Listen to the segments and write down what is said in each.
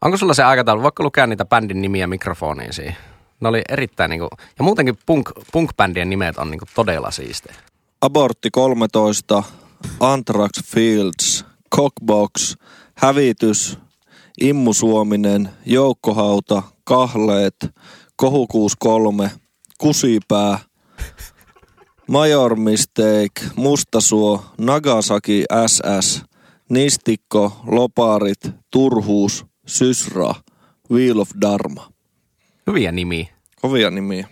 Onko sulla se aikataulu, voiko lukea niitä bändin nimiä mikrofoniin siihen? Ne oli erittäin niinku, ja muutenkin punk, punk-bändien nimet on niinku todella siistejä. Abortti 13, Anthrax Fields, Cockbox, Hävitys, Immu Suominen, Joukkohauta, Kahleet, Kohukuus 3, Kusipää, Major Mistake, Mustasuo, Nagasaki SS, Nistikko, Loparit, Turhuus, Sysra, Wheel of Dharma. Hyviä nimiä. Kovia nimiä.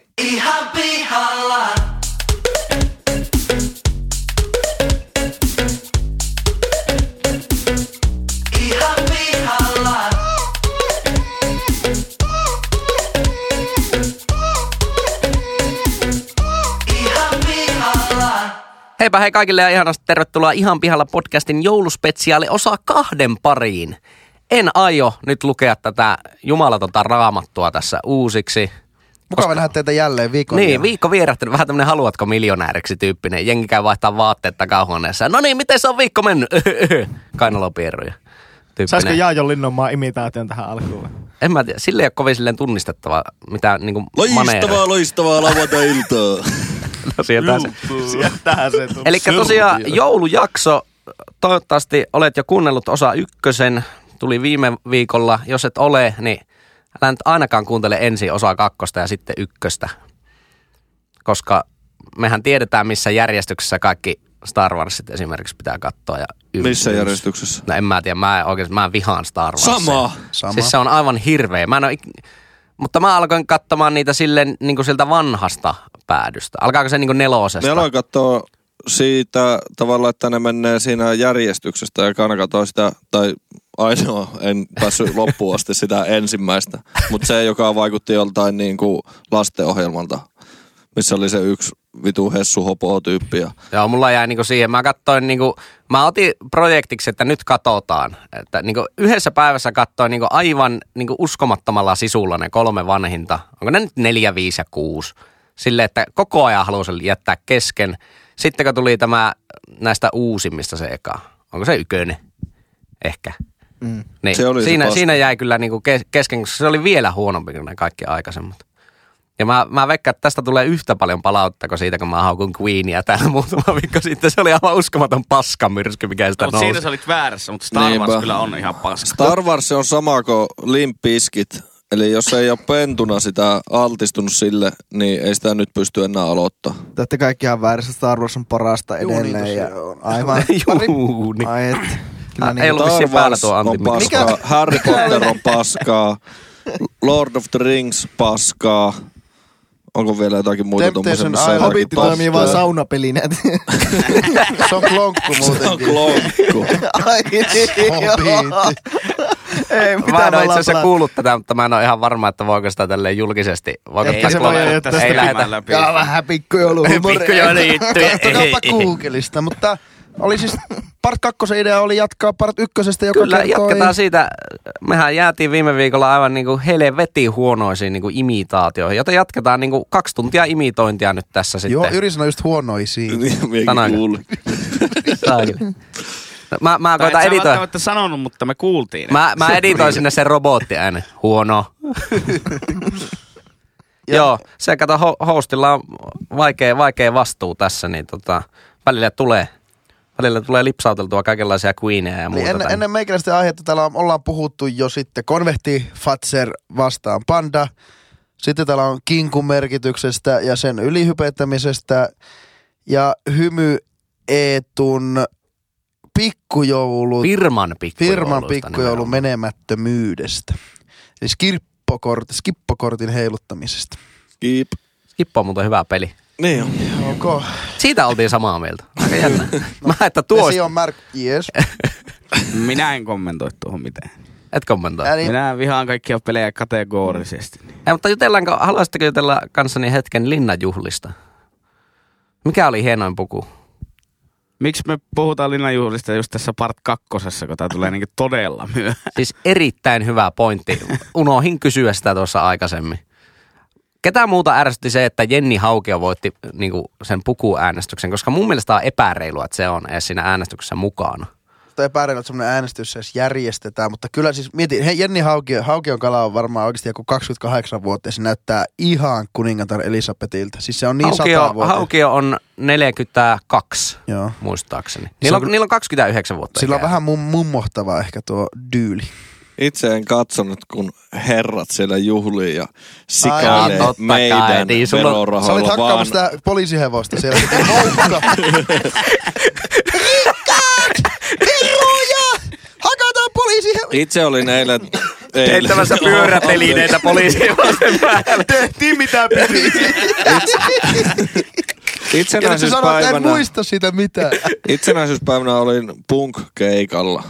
Heipä hei kaikille ja ihanasti tervetuloa Ihan pihalla podcastin jouluspesiaali osa kahden pariin. En aio nyt lukea tätä jumalatonta raamattua tässä uusiksi. Mukava nähdä teitä jälleen viikon Niin, ajan. viikko vierähtänyt. Vähän tämmönen haluatko miljonääriksi tyyppinen. Jengi käy vaihtaa vaatteet takahuoneessa. No niin, miten se on viikko mennyt? Kainalopierroja. Tyyppinen. Saisiko Jaajon Linnonmaan imitaation tähän alkuun? En mä tiedä. Sille ei ole kovin silleen tunnistettava, mitä niinku maneereja. Loistavaa, loistavaa lauantai-iltaa. No, Mm. sieltä se- Sieltähän se tuli. Eli tosiaan joulujakso, toivottavasti olet jo kuunnellut osa ykkösen, tuli viime viikolla. Jos et ole, niin älä nyt ainakaan kuuntele ensin osaa kakkosta ja sitten ykköstä. Koska mehän tiedetään, missä järjestyksessä kaikki Star Warsit esimerkiksi pitää katsoa. Ja y- Missä y- järjestyksessä? No en mä tiedä, mä en oikein, mä vihaan Star Warsia. Sama. Sama. Siis se on aivan hirveä. Mä en ole, ik- mutta mä alkoin katsomaan niitä silleen niin kuin sieltä vanhasta päädystä. Alkaako se niin kuin nelosesta? Me aloin katsoa siitä tavalla, että ne menee siinä järjestyksestä ja kana katsoi sitä, tai ainoa, en päässyt loppuun asti sitä ensimmäistä, mutta se, joka vaikutti joltain niin kuin lastenohjelmalta, missä oli se yksi vitu hessu hopo tyyppi ja Joo, mulla jäi niinku siihen. Mä katsoin niinku, mä otin projektiksi, että nyt katsotaan. Että niinku yhdessä päivässä katsoin niinku aivan niinku uskomattomalla sisulla ne kolme vanhinta. Onko ne nyt neljä, viisi ja kuusi? Silleen, että koko ajan halusin jättää kesken. Sitten kun tuli tämä näistä uusimmista se eka. Onko se ykönen? Ehkä. Mm. Niin. Se oli se siinä, paska. siinä jäi kyllä niinku kes- kesken, koska se oli vielä huonompi kuin ne kaikki aikaisemmat. Ja mä, mä veikkaan, että tästä tulee yhtä paljon palautetta kuin siitä, kun mä haukun Queenia täällä muutama viikko sitten. Se oli aivan uskomaton paskamyrsky, mikä sitä Mutta nousi. siinä sä olit väärässä, mutta Star Wars Niinpä. kyllä on ihan paska. Star Wars se on sama kuin limpiskit. Eli jos ei ole pentuna sitä altistunut sille, niin ei sitä nyt pysty enää aloittaa. Te olette kaikki ihan väärässä. Star Wars on parasta edelleen ja niin on aivan... pari- niin. Juuni. Ai et. Kyllä Ah, niin. ei ollut- vissiin Star päällä Wars tuo on Antti Mikkonen. paskaa, Harry Potter on paskaa, Lord of the Rings paskaa. Onko vielä jotakin muuta tuommoisia, Temptation missä on Island. jotakin Hobbit paskaa? toimii vaan Se saunapelinä. se on klonkku on muutenkin. klonkku. Ai niin, joo. Ei, Mä mitä en ole itse me ollaan asiassa pelattu. kuullut tätä, mutta mä en ole ihan varma, että voiko sitä tälleen julkisesti. Voiko Ei tätä se tuolla- voi ei jättää sitä lähetä. läpi. Joo, vähän pikkujouluhumoria. Pikkujoululiittyjä. Katsokaapa Googlesta, mutta oli siis... Part kakkosen idea oli jatkaa part ykkösestä, joka Kyllä, kertoi... jatketaan siitä. Mehän jäätiin viime viikolla aivan niin kuin helvetin huonoisiin niin kuin imitaatioihin, joten jatketaan niin kuin kaksi tuntia imitointia nyt tässä sitten. Joo, Yri sanoi just huonoisiin. Niin, miekin Tänään. kuulin. Saakeli. No, mä, mä Tai et koitan sä editoida. välttämättä sanonut, mutta me kuultiin. Mä, mä editoin sinne sen robottiäänen. Huono. Joo, se kato, ho- hostilla on vaikea, vaikea vastuu tässä, niin tota, välillä tulee, välillä tulee lipsauteltua kaikenlaisia queeneja ja Niin muuta. ennen, ennen meikäläisten aihetta täällä on, ollaan puhuttu jo sitten konvehti, Fatser vastaan panda. Sitten täällä on kinkun merkityksestä ja sen ylihypettämisestä. Ja hymy Eetun pikkujoulut, Firman pikkujoulusta. firman pikkujoulun nimenomaan. menemättömyydestä. Eli skippokortin, skippokortin heiluttamisesta. Kiip. Skippo on muuten hyvä peli. Niin on. Okay. Siitä oltiin samaa mieltä. Aika jännä. Mä, että tuo, Vesi No, on märk... Yes. Minä en kommentoi tuohon mitään. et kommentoi. Eli Minä vihaan kaikkia pelejä kategorisesti. Ei, mutta jutellaanko, haluaisitteko jutella kanssani hetken linnajuhlista? Mikä oli hienoin puku? Miksi me puhutaan Linnanjuhlista just tässä part kakkosessa, kun tää tulee niinku todella myöhään? Siis erittäin hyvä pointti. Unohin kysyä sitä tuossa aikaisemmin. Ketä muuta ärsytti se, että Jenni Haukio voitti niinku, niin sen pukuäänestyksen, koska mun mielestä on epäreilua, että se on edes siinä äänestyksessä mukana. Mutta epäilen, että semmoinen äänestys edes järjestetään. Mutta kyllä siis mietin, hei Jenni Haukio, Haukion kala on varmaan oikeasti joku 28-vuotias. Se näyttää ihan kuningatar Elisabetilta. Siis se on niin Haukio, 100 vuotta. Haukio on 42, Joo. muistaakseni. Se Niillä on on, niillä on 29 vuotta. Sillä on ikää. vähän mum, mummohtavaa ehkä tuo dyyli. Itse en katsonut, kun herrat siellä juhlii ja Ai, sikailee totta kai. meidän Niin, sulla- Sä olit verorahoilla, vaan hakkaamassa sitä poliisihevosta siellä. Piti noukka. Rikkaat! Veroja! Hakataan poliisihevosta! itse olin eilen... Heittämässä eilen- pyörätelineitä poliisiin vasen päälle. Tehtiin mitä piti. Ja nyt sä siis sanoit, että en Itsenäisyyspäivänä, muista sitä mitään. itsenäisyyspäivänä olin punk-keikalla,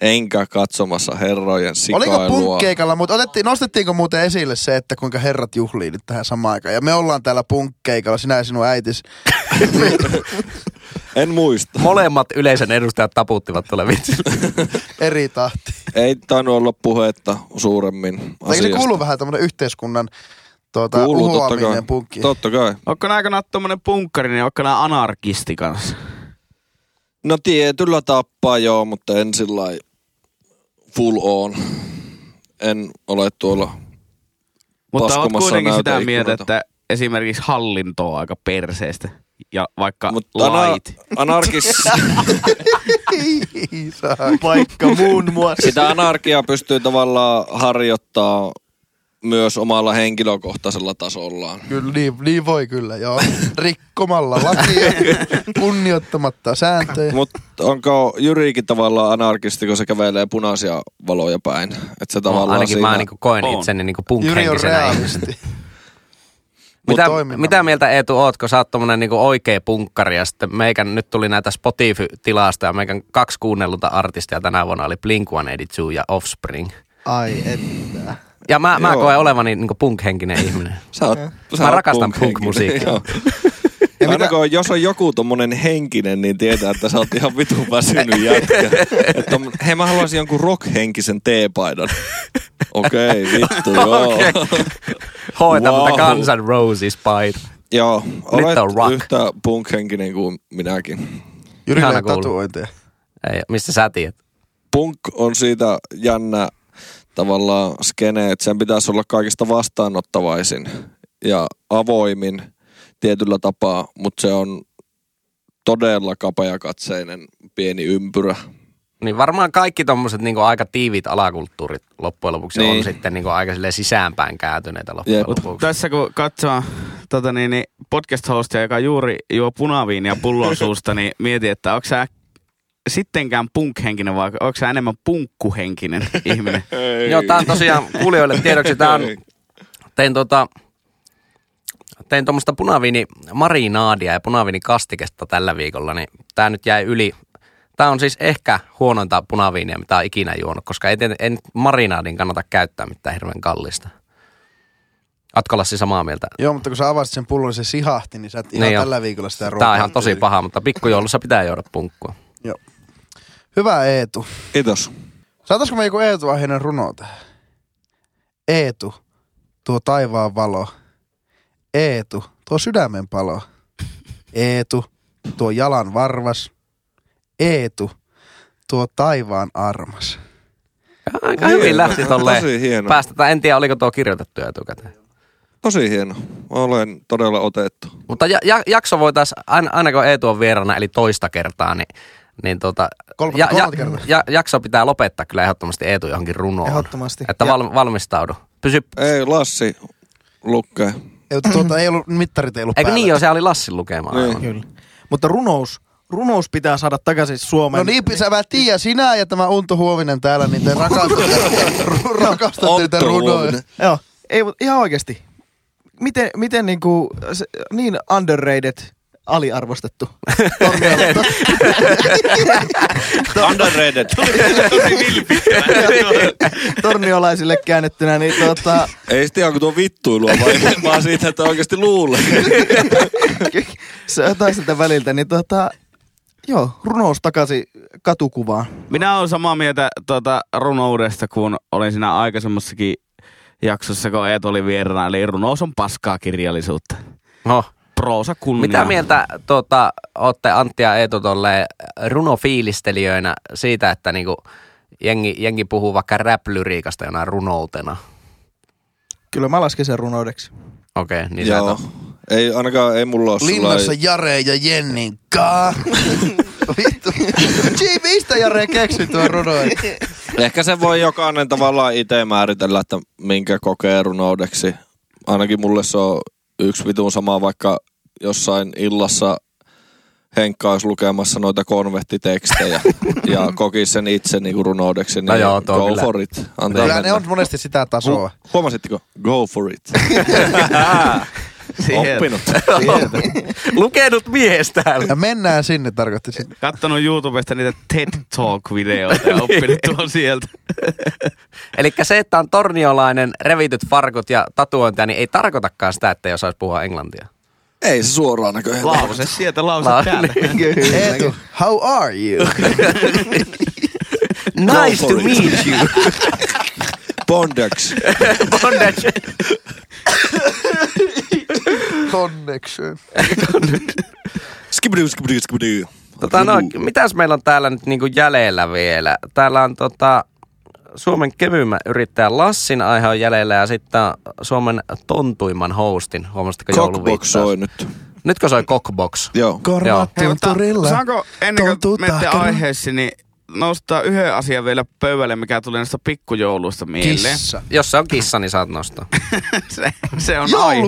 enkä katsomassa herrojen sikailua. Oliko punkkeikalla, mutta otettiin, nostettiinko muuten esille se, että kuinka herrat juhlii nyt tähän samaan aikaan. Ja me ollaan täällä punkkeikalla, sinä ja sinun äitis. En muista. Molemmat yleisen edustajat taputtivat tuolle vitsille. Eri tahti. Ei tainnut olla puhetta suuremmin Eikö se asiasta. kuulu vähän tämmönen yhteiskunnan tuota, Kuuluu totta kai. uhoaminen punkkiin? Totta kai. Onko nää, kun nää oot tommonen punkkari, niin onko nää anarkisti kanssa? No tietyllä tappaa joo, mutta en sillä lailla full on. En ole tuolla Mutta oot Paskomassa kuitenkin sitä näyteikkunoita. mieltä, että esimerkiksi hallinto on aika perseestä. Ja vaikka Mutta no, ana- lait. anarkis, Ei saa. Vaikka muun muassa. sitä anarkiaa pystyy tavallaan harjoittaa myös omalla henkilökohtaisella tasollaan. Kyllä, niin, niin voi kyllä, joo. Rikkomalla lakia, kunnioittamatta sääntöjä. Mutta onko Jyrikin tavallaan anarkisti, kun se kävelee punaisia valoja päin? Että se tavallaan Ainakin siinä... mä niinku koen On. itseni niinku Jyri on punk-henkisenä ihmisenä. realisti. Mitä, toiminnan- mitä mieltä Eetu oot, kun sä oot tommonen niinku oikea punkkari ja sitten meikän, nyt tuli näitä Spotify-tilasta ja meikän kaksi kuunnellunta artistia tänä vuonna oli Blink-182 ja Offspring. Ai että. Ja mä, mä Joo. koen olevani niinku punk-henkinen ihminen. Sä oot, sä Mä oot rakastan punk-henkinen, punk-musiikkia. joo. Aina kun, jos on joku tommonen henkinen, niin tietää, että sä oot ihan vitun väsynyt jätkä. Että on, hei mä haluaisin jonkun rock-henkisen teepaidan. Okei, vittu, joo. Okei. Hoeta, wow. mutta Wow. Guns N' Roses paita. Joo, olet on rock. yhtä punk-henkinen kuin minäkin. Jyrillä Ihana ei kuulla. tatuointeja. Ei, mistä sä tiedät? Punk on siitä jännä tavallaan skene, että sen pitäisi olla kaikista vastaanottavaisin ja avoimin tietyllä tapaa, mutta se on todella kapeakatseinen pieni ympyrä. Niin varmaan kaikki tommoset niinku aika tiiviit alakulttuurit loppujen lopuksi niin. Niin. on sitten niinku aika silleen sisäänpäin kääntyneitä loppujen Jep. Mut lopuksi. tässä kun katsoo tota niin, niin podcast-hostia, joka juuri juo punaviinia pullon suusta, niin mieti, että onko sä sittenkään punk-henkinen vai onko sä enemmän punkkuhenkinen ihminen? Ei. Joo, tää on tosiaan kuulijoille tiedoksi. Tää on, tein tota, tein tuommoista punaviini marinaadia ja punaviinikastikesta tällä viikolla, niin tää nyt jäi yli. Tää on siis ehkä huonointa punaviiniä, mitä on ikinä juonut, koska ei, tiety- ei nyt marinaadin kannata käyttää mitään hirveän kallista. Atko Lassi samaa mieltä? Joo, mutta kun sä avasit sen pullon, se sihahti, niin sä et ihan Niin joo. tällä viikolla sitä ruokaa. Tämä on ihan tosi paha, mutta pikkujoulussa pitää juoda punkkua. Joo. Hyvä Eetu. Kiitos. Saataisiko me joku Eetu aiheinen runo tähän? Eetu, tuo taivaan valo. Eetu, tuo sydämen palo. Eetu, tuo jalan varvas. Eetu, tuo taivaan armas. Aika hyvin lähti tolleen. Niin, no, Tosi hieno. Päästetään, en tiedä oliko tuo kirjoitettu jo etukäteen. Tosi hieno. Olen todella otettu. Mutta ja, ja, jakso voitaisiin, aina, aina kun Eetu on vieraana, eli toista kertaa, niin, niin tota, Kolmatta- ja, ja, kolmatta kertaa. ja, jakso pitää lopettaa kyllä ehdottomasti Eetu johonkin runoon. Ehdottomasti. Että val, valmistaudu. Pysy, Ei, Lassi lukkee. Eetu, tuota ei ollut, mittarit ei ollut eikö päällä. niin jo, se oli Lassin lukemaan. Niin. Aivan. Kyllä. Mutta runous, runous pitää saada takaisin Suomeen. No niin, sä mä tiedän, sinä ja tämä Unto Huovinen täällä, niin te rakastatte, ru- rakastatte niitä Otto runoja. Huovinen. Joo, ei, mut ihan oikeasti. Miten, miten niinku, se, niin underrated, aliarvostettu. Underrated. torniolaisille käännettynä, niin tota, Ei sitten onko tuo vittuilua vai vaan siitä, että oikeasti luulee. se jotain siltä väliltä, niin tota, joo, runous takaisin katukuvaan. Minä olen samaa mieltä tuota runoudesta, kun olin siinä aikaisemmassakin jaksossa, kun Eet oli vieraana. Eli runous on paskaa kirjallisuutta. Oho. Roosa kunnia. No. Mitä mieltä tuota, olette Antti ja Eetu tolleen runofiilistelijöinä siitä, että niinku jengi, jengi puhuu vaikka rap-lyriikasta jonain runoutena? Kyllä mä lasken sen runoudeksi. Okei, okay, niin Joo. Joo. Ei ainakaan, ei mulla ole Linnassa Jare ja Jennin kaa. Vittu. Gee, mistä Jare keksi tuon runoin? Ehkä se voi jokainen tavallaan itse määritellä, että minkä kokee runoudeksi. Ainakin mulle se on yksi vitun sama, vaikka jossain illassa Henkka olisi lukemassa noita konvehtitekstejä ja koki sen itse niinku runoudeksi, niin No joo, tuo go kyllä. for it. Antaa Kyllä ne mennä. on monesti sitä tasoa. Hu- Huomasitteko? Go for it. Oppinut. Lukenut mies täällä. Ja mennään sinne, tarkoitti sinne. Kattonut YouTubesta niitä TED Talk-videoita ja oppinut tuon sieltä. Eli se, että on torniolainen, revityt farkut ja tatuointia, niin ei tarkoitakaan sitä, että ei osaisi puhua englantia. Ei se suoraan näköjään. Lause sieltä, lause Lause. täällä. niin, Eetu, how are you? Nice for to it. meet you. Bondax. Bondage. Connection. Skibidu, skibidu, skibidu. Tota, no, mitäs meillä on täällä nyt niinku jäljellä vielä? Täällä on tota, Suomen kevyemmän yrittäjän Lassin aihe on jäljellä ja sitten on Suomen tontuimman hostin. Huomasitteko Cockbox jouluviittaus? soi nyt. Nytkö soi Cockbox? Joo. Joo. Korva Hei, mutta tunturilla. saanko ennen kuin Tuntuu menette tahkera. aiheeseen, niin nostaa yhden asian vielä pöydälle, mikä tuli näistä pikkujouluista mieleen. Kissa. Jos se on kissa, niin saat nostaa. se, se on aihe.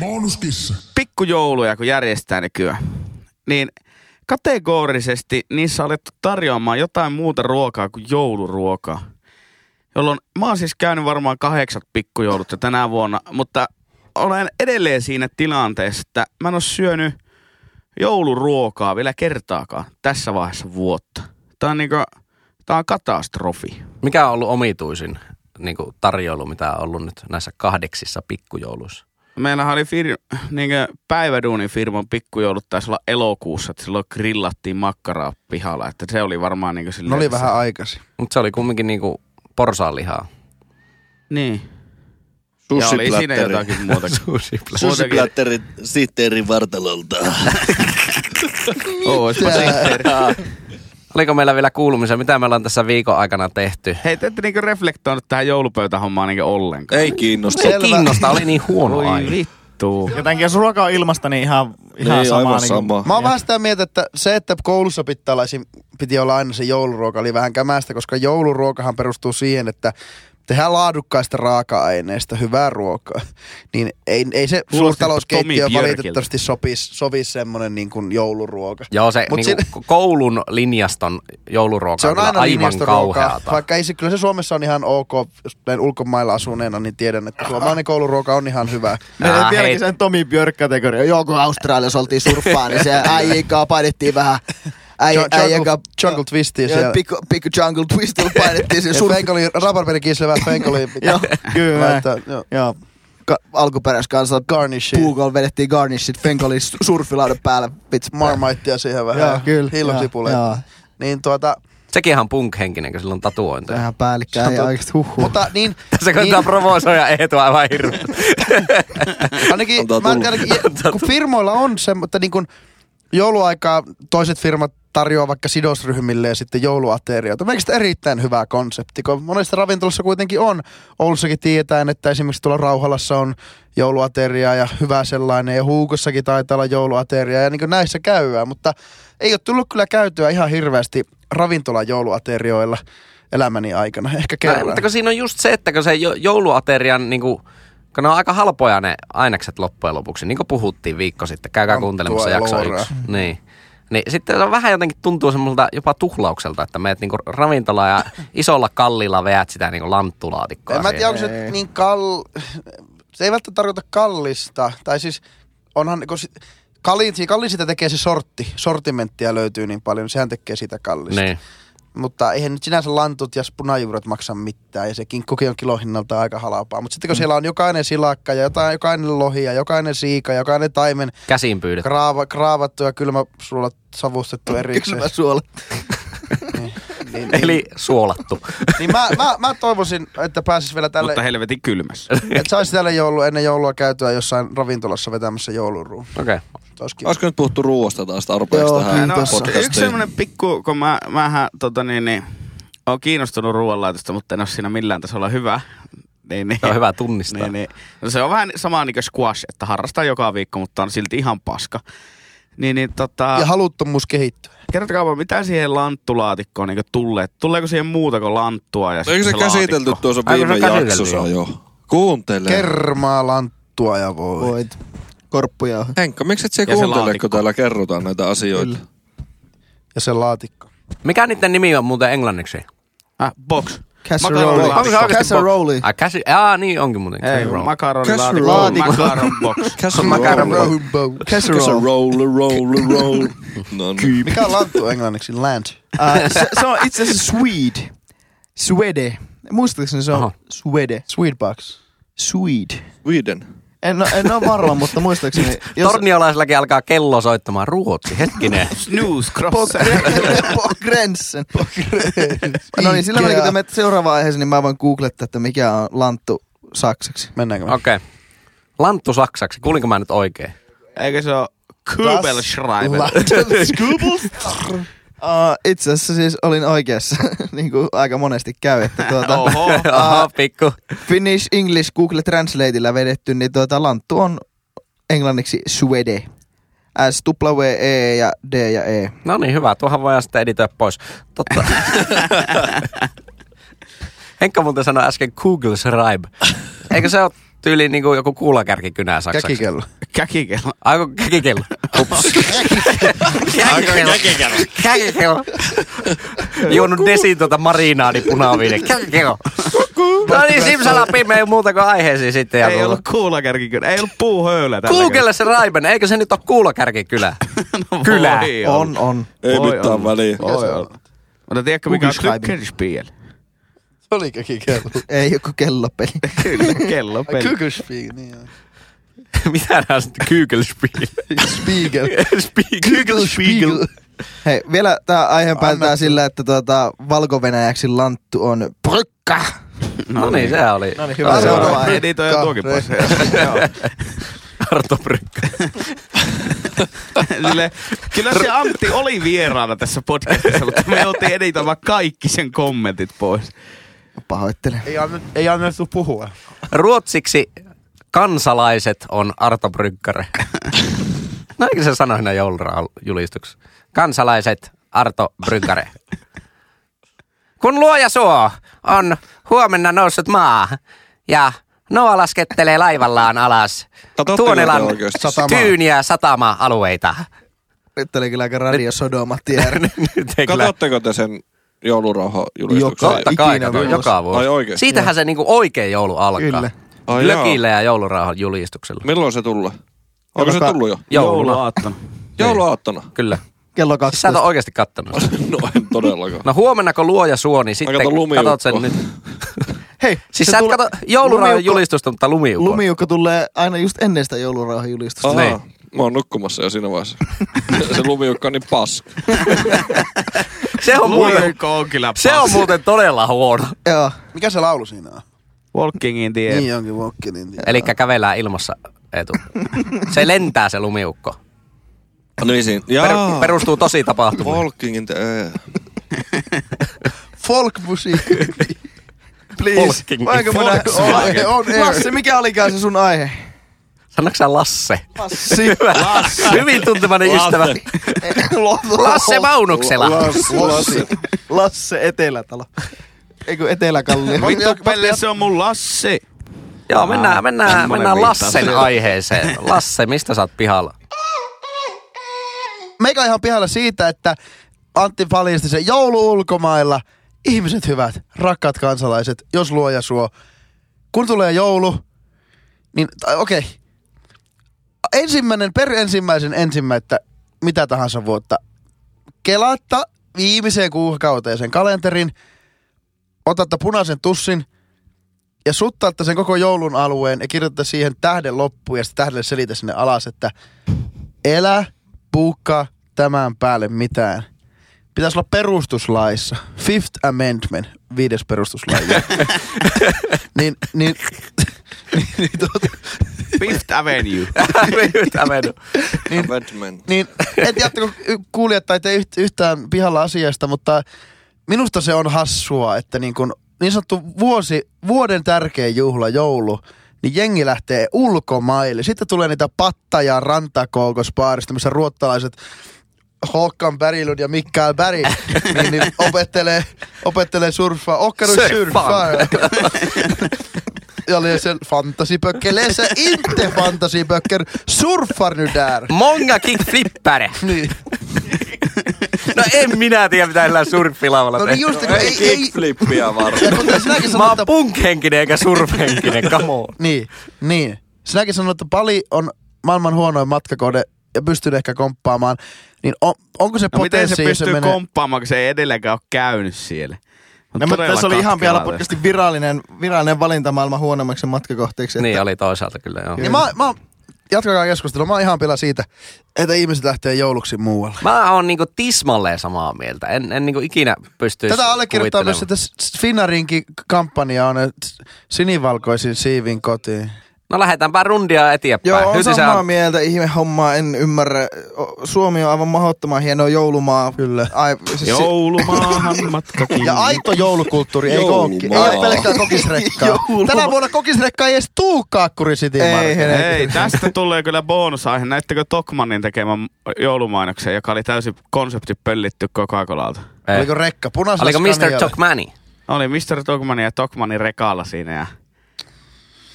Joulukissa. pikkujouluja, kun järjestää nykyään, niin kategorisesti niissä on alettu tarjoamaan jotain muuta ruokaa kuin jouluruokaa. Jolloin mä oon siis käynyt varmaan kahdeksat pikkujoulut jo tänä vuonna, mutta olen edelleen siinä tilanteessa, että mä en ole syönyt jouluruokaa vielä kertaakaan tässä vaiheessa vuotta. Tää on, niinku, tää on katastrofi. Mikä on ollut omituisin niinku tarjoilu, mitä on ollut nyt näissä kahdeksissa pikkujouluissa? Meillähän oli fir- niin päiväduunin firman pikkujoulut taisi olla elokuussa, että silloin grillattiin makkaraa pihalla. Että se oli varmaan niin silleen, Ne oli että se- vähän aikaisin. Mutta se oli kumminkin niinku porsaanlihaa. Niin. Ja oli siinä Sushiplätteri. jotakin muuta. Muutakin. Sushiplätteri sihteerin vartalolta. Oo, oispa sihteeri. Oliko meillä vielä kuulumisia? Mitä me ollaan tässä viikon aikana tehty? Hei, te ette niinku reflektoinut tähän joulupöytähommaan niinku ollenkaan. Ei kiinnosta. Se Selvä. kiinnosta, oli niin huono Voi aihe. vittu. Jotenkin jos ruoka on ilmasta, niin ihan, ihan Niin, samaa. aivan niin sama. Mä oon vähän sitä mieltä, että se, että koulussa pitää olla, esim- piti olla aina se jouluruoka, oli vähän kämästä, koska jouluruokahan perustuu siihen, että tehdään laadukkaista raaka-aineista hyvää ruokaa. Niin ei, ei se Kuulosti suurtalouskeittiö Tomi Björkiltä. valitettavasti sopisi sovi semmonen niin kuin jouluruoka. Joo, se Mut niinku, siinä- koulun linjaston jouluruoka Se on aina aivan linjastoruokaa, kauheata. vaikka ei se, kyllä se Suomessa on ihan ok, jos näin ulkomailla asuneena, niin tiedän, että suomalainen kouluruoka on ihan hyvä. Meillä Ah, on hei. vieläkin sen Tomi Björk-kategoria. Joo, kun Australiassa oltiin surffaan, niin se äijinkaa painettiin vähän. Äijä, Ju- äijinkaa... jungle, jungle twistiä Joo, siellä. Pikku, pikku jungle twistillä painettiin se Ja surffaan. Fenk oli, rabarberikisillä vähän Fenk oli, Joo, kyllä. laittaa, joo. Joo. Ka- alkuperäiskansa Garnishia. puukolla vedettiin garnishit Fenkolin su- surfilaudan päällä. Vitsi, äh, marmaittia siihen vähän. Joo, kyllä. Hillosipuleita. Joo, joo. Niin tuota, Sekin ihan punk-henkinen, kun sillä on tatuointeja. Vähän päällikkää ja oikeesti huhhuh. mutta niin, Se koittaa provosoida Eetu aivan hirveästi. ainakin, Antaa mä, tulla. ainakin kun firmoilla on se, mutta niin kuin jouluaikaa toiset firmat tarjoaa vaikka sidosryhmille ja sitten jouluaterioita. Mielestäni erittäin hyvä konsepti, kun monessa ravintolassa kuitenkin on. Oulussakin tietään, että esimerkiksi tuolla Rauhalassa on jouluateria ja hyvä sellainen ja Huukossakin taitaa olla jouluateria ja niin kuin näissä käyään, mutta ei ole tullut kyllä käytyä ihan hirveästi ravintolajouluaterioilla elämäni aikana, ehkä No, kerran. mutta kun siinä on just se, että kun se jo- jouluaterian, niin kuin, kun ne on aika halpoja ne ainekset loppujen lopuksi, niin kuin puhuttiin viikko sitten, käykää Anttua kuuntelemassa ja jakso Lauraa. yksi. Niin. Niin sitten se on vähän jotenkin tuntuu semmoiselta jopa tuhlaukselta, että meet niinku ravintolaan ja isolla kallilla veät sitä niinku lanttulaatikkoa. En mä siihen. tiedä, onko se niin kal... Se ei välttämättä tarkoita kallista. Tai siis onhan... Kun si- kalli, kalli sitä tekee se sortti. Sortimenttia löytyy niin paljon, sehän tekee sitä kallista. Niin. Mutta eihän nyt sinänsä lantut ja punajuuret maksa mitään ja se kinkkukin on kilohinnalta aika halpaa. Mutta Mm. sitten kun siellä on jokainen silakka ja jotain, jokainen lohi ja jokainen siika ja jokainen taimen Käsin pyydetty. Siis- kraava, kraavattu ja kylmä savustettu erikseen. Kylmä suola. niin, niin, Eli suolattu. niin mä, mä, mä, toivoisin, että pääsis vielä tälle, Mutta helvetin kylmässä. että saisi tälle joulu, ennen joulua käytyä jossain ravintolassa vetämässä jouluruun. Okei. Okay. Se olisi kiva. Olisiko nyt puhuttu ruoasta taas tarpeeksi Joo, tähän kyllä tässä. podcastiin? No, Yksi semmoinen pikku, kun mä, mähän tota niin, niin, oon kiinnostunut ruoanlaitosta, mutta en ole siinä millään tasolla hyvä. Niin, niin, Se on hyvä tunnistaa. Niin, niin. No se on vähän sama niin kuin squash, että harrastaa joka viikko, mutta on silti ihan paska. Niin, niin tota, Ja haluttomuus kehittyä. kertokaapa, mitä siihen lanttulaatikkoon niin tulee? Tuleeko siihen muuta kuin lanttua ja Eikö sitten se käsitelty laatikko? tuossa Ai, kun se viime käsiteltiin jaksossa jo? Kuuntele. Kermaa, lanttua ja voi. voi. Voit. Korppuja on. Henkka, miksi et sä Ja se kuuntele, laatikko. kun täällä kerrotaan näitä asioita? Ja sen laatikko. Mikä niiden nimi on muuten englanniksi? Äh, box. Casserole. Makaronilaatikko. Onko se oikeasti Casserole. Ai käsi, aa niin onkin muuten. Ei, Casserole. makaronilaatikko. Casserole. Makaron box. Casserole. Casserole. Casserole, roll, roll. No niin. Mikä on lanttu englanniksi? Land. Äh, se, se, on itse asiassa Swede. Swede. Muistaakseni se on Aha. Swede. Sweetbox. Swede. Sweden. En, oo- en ole varma, mutta muistaakseni... Jos... Torniolaisillakin alkaa kello soittamaan ruotsi, hetkinen. Snooze, cross. Pogrensen. No niin, sillä välin kun te menette seuraavaan aiheeseen, niin mä voin googlettaa, että mikä on lanttu saksaksi. Mennäänkö me? Okei. Okay. Lanttu saksaksi, kuulinko mä nyt oikein? Eikö se ole Kübelschreiber? Uh, itse asiassa siis olin oikeassa, niin kuin aika monesti käy, että tuota, Oho. Aha, pikku. Finnish English Google Translateillä vedetty, niin tuota, lanttu on englanniksi suede. S, W, E ja D ja E. No niin, hyvä. Tuohan voidaan sitten editoida pois. Totta. Henkka muuten sanoi äsken Google Scribe. Eikö se ole tyyli niin kuin joku kuulakärkikynä saksaksi? Käkikello. Käkikello. Aiku käkikello. Ups. käkikello. Käkikello. Juonut desiin tuota marinaadi punaviine. Käkikello. No niin, simsalapim ei muuta kuin aiheisiin sitten. Ja Ei ollut kuulakärki kyllä. Ei ollut puuhöylä tällä Google se Raiben, eikö se nyt ole kuulakärkikylä? kertaa. kylä. Voi olla. On, on. Ei Voi mitään olla. väliä. Voi olla. Mutta tiedätkö mikä on Glückenspiel? Se oli käkikello. Ei joku kellopeli. Kyllä, kello peli. Kykyspiik, niin joo. Mitä nämä on sitten? Kyykkelspiel. Spiegel. Kyykkelspiegel. Hei, vielä tämä aihe päätetään Annettu. sillä, että tuota, valko lanttu on prykka. No niin, se oli. No niin, Hyvä, hyvä. se Seuraava on aihe. editoja tuokin pois. Arto Brykkä. Sille, kyllä se Antti oli vieraana tässä podcastissa, mutta me oltiin editoimaan kaikki sen kommentit pois. Pahoittelen. Ei anna- Ei annettu puhua. Ruotsiksi kansalaiset on Arto Brykkare. No eikö se sano siinä joulujulistuksessa? Kansalaiset Arto Brykkare. Kun luoja suo on huomenna noussut maa ja Noa laskettelee laivallaan alas Katsotteko Tuonelan te oikeasti? Satamaa. tyyniä satama-alueita. Nyt oli kyllä aika Radio Sodoma tier. Nyt ei kyllä- Katsotteko te sen joulurauha Joka julistuksen? Totta kai, ikinä kato, vuosi. joka vuosi. Ai oikeesti? Siitähän se niinku oikein joulu alkaa. Kyllä. Ai Lökillä ja joulurauhan julistuksella. Milloin se tulee? Onko se Joka- tullut jo? Jouluna. Jouluaattona. Jouluaattona. Kyllä. Kello Siis sä et 12. ole oikeasti kattonut. sitä. No en todellakaan. No huomenna kun luoja suo, niin Mä sitten katon lumiukkoa. katot sen nyt. Hei, Siis se sä et tulee- kato joulurauhan lumiukko- julistusta, mutta tota lumiukko. Lumiukko tulee aina just ennen sitä joulurauhan julistusta. Aa, Niin. Mä oon nukkumassa jo siinä vaiheessa. se lumiukka on niin paska. se, on muuten, Lumiukko on kyllä se on paska. muuten todella huono. Joo. Mikä se laulu siinä on? Walkingin tie. Niin onkin Walkinin. Eli kävellään ilmassa etu. Se lentää se lumiukko. Niin siinä. Per, Jaa. perustuu tosi tapahtumaan. Volkingin te... Folkmusiikki. Please. Folkingin. Voinko mä nähdä? Volkswagen. On, on, Lasse, mikä olikaan se sun aihe? Sanoitko sä Lasse? Lassi. Lasse. Hyvin tuntemani ystävä. Lasse Vaunuksela. Lasse. Lasse Etelätalo. Eikö Eteläkallio? Vittu pelle, se on mun Lassi. Joo, mennään, mennään, semmonen mennään viittaus Lassen siellä. aiheeseen. Lasse, mistä sä oot pihalla? Meikä on ihan pihalla siitä, että Antti paljasti sen joulu ulkomailla. Ihmiset hyvät, rakkaat kansalaiset, jos luoja suo. Kun tulee joulu, niin tai okei. Ensimmäinen, per ensimmäisen ensimmäistä mitä tahansa vuotta. Kelaatta viimeiseen kuukauteen sen kalenterin, otatte punaisen tussin ja suttaatte sen koko joulun alueen ja kirjoitatte siihen tähden loppuun ja sitten tähdelle selitä sinne alas, että elä, puukkaa tämän päälle mitään. Pitäisi olla perustuslaissa. Fifth Amendment, viides perustuslain. jälkeen. niin, niin, niin, niin, tuota, Fifth Avenue. niin, Batman. niin, en tiedä, kun kuulijat tai te yht- yhtään pihalla asiasta, mutta minusta se on hassua, että niin, kun, niin sanottu vuosi, vuoden tärkein juhla, joulu, niin jengi lähtee ulkomaille. Sitten tulee niitä patta- ja rantakoukospaarista, missä ruottalaiset Håkan Berglund ja Mikael Berg niin, niin opettelee, opettelee surfaa. Okkanu surfaa. Ja oli se fantasiböcker. Läsa inte fantasiböcker. Surfar nu där. Monga kickflippare. Niin. No en minä tiedä, mitä sillä surffilavalla No niin tehdään. just, kun ei, ei, Kickflippiä varmaan. ja kuten sinäkin Mä oon sanoit, että, punk-henkinen eikä surfhenkinen, come on. niin, niin. Sinäkin sanoit, että Pali on maailman huonoin matkakohde ja pystyn ehkä komppaamaan, niin on, onko se No miten potenssi, se jos pystyy menee- komppaamaan, kun se ei edelleenkään ole käynyt siellä? On No, mutta todella se oli ihan vielä katkelaa tästä. podcastin virallinen, virallinen valinta maailman huonommaksi matkakohteeksi. Niin oli toisaalta kyllä, joo. Niin mä, mä, jatkakaa keskustelua, mä oon ihan pila siitä, että ihmiset lähtee jouluksi muualle. Mä oon niinku tismalleen samaa mieltä. En, en niinku ikinä pystyisi Tätä allekirjoittaa myös, kuvittelemaan. että S- Finnarinkin kampanja on että sinivalkoisin siivin kotiin. No lähdetäänpä rundia eteenpäin. Joo, on Hyti, sä samaa oot- mieltä, ihme hommaa, en ymmärrä. O- Suomi on aivan mahdottoman hieno joulumaa. Kyllä. Ai, siis se- Joulumaahan matkakin. Ja aito joulukulttuuri, ei Joulumaa. kookki. Ei pelkkää kokisrekkaa. Tänä vuonna kokisrekka ei edes tuu Kaakkuri City Ei, Market. hei. Ei, tästä tulee kyllä bonusaihe. Näittekö Tokmanin tekemän joulumainoksen, joka oli täysin konsepti pöllitty Coca-Colalta? Ei. Oliko rekka punaisella Oliko Mr. Scanialla? Chokmani? Oli Mr. Tokmanin ja Tokmanin rekalla siinä. Ja...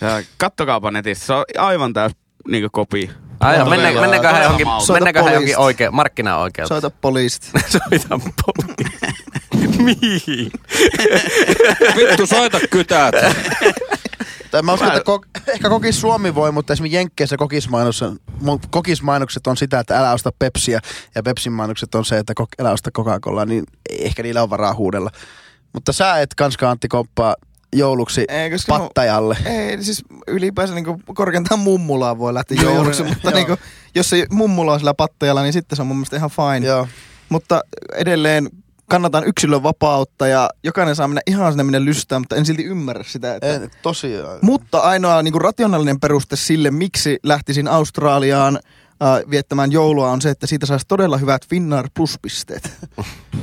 Ja kattokaapa netistä, se on aivan täys niinku kopi. Ai joo, Todella- mennäänkö, mennäänkö hän todella johonkin, mauton. Soita mennäänkö hän poliisit. johonkin oikein, markkinaoikeuteen? Soita poliisit. Soitan poli. Mihin? Vittu, soita kytät. Tai mä uskon, että kok, ehkä kokis Suomi voi, mutta esimerkiksi Jenkkeissä kokismainos, on- mu- kokismainokset on sitä, että älä osta Pepsiä. Ja Pepsin mainokset on se, että kok, älä osta Coca-Colaa, niin ei- ehkä niillä on varaa huudella. Mutta sä et kanska Antti komppaa jouluksi Ei, koska mä- pattajalle. Ei, siis ylipäänsä niinku korkeintaan mummulaan voi lähteä Joo, jouluksi, joo. mutta niinku, jos se mummula on sillä pattajalla, niin sitten se on mun mielestä ihan fine. Joo. Mutta edelleen kannatan yksilön vapautta ja jokainen saa mennä ihan sinne minne lystää, mutta en silti ymmärrä sitä. Että... En, tosiaan. Mutta ainoa niinku rationaalinen peruste sille, miksi lähtisin Australiaan äh, viettämään joulua, on se, että siitä saisi todella hyvät Finnair Plus-pisteet.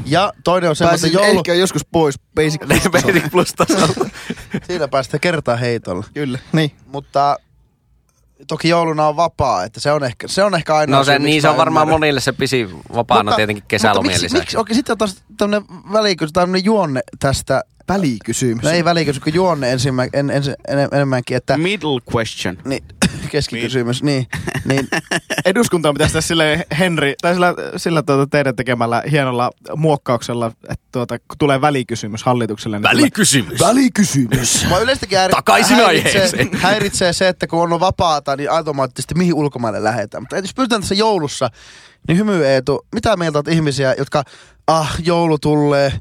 Ja toinen on se, että Pääsisin joulu... ehkä joskus pois basic Basic plus tasolla. Siinä päästä kertaa heitolla. Kyllä, niin. Mutta toki jouluna on vapaa, että se on ehkä, se on ehkä ainoa No se, syy, miksi niin se on mä varmaan ymmärrän. monille se pisin vapaana Mutta- tietenkin Mutta kesälomien miksi, lisäksi. miksi, okei, sitten on taas tämmönen välikysy, tämmönen juonne tästä, Välikysymys. no ei välikysy, kun juonne ensimmä, en, en, en, enemmänkin, että Middle question. niin, keskikysymys, niin, niin, eduskuntaan pitäisi tehdä sille Henri, tai sillä, sillä tuota teidän tekemällä hienolla muokkauksella, että tuota, kun tulee välikysymys hallitukselle. Niin Välikysymys. Välikysymys. mua yleisestikin häiri, Takaisin aiheeseen. häiritsee, häiritsee se, että kun on vapaata, niin automaattisesti mihin ulkomaille lähetään. Mutta jos pysytään tässä joulussa, niin hymy Eetu, mitä mieltä on ihmisiä, jotka, ah, joulu tulee,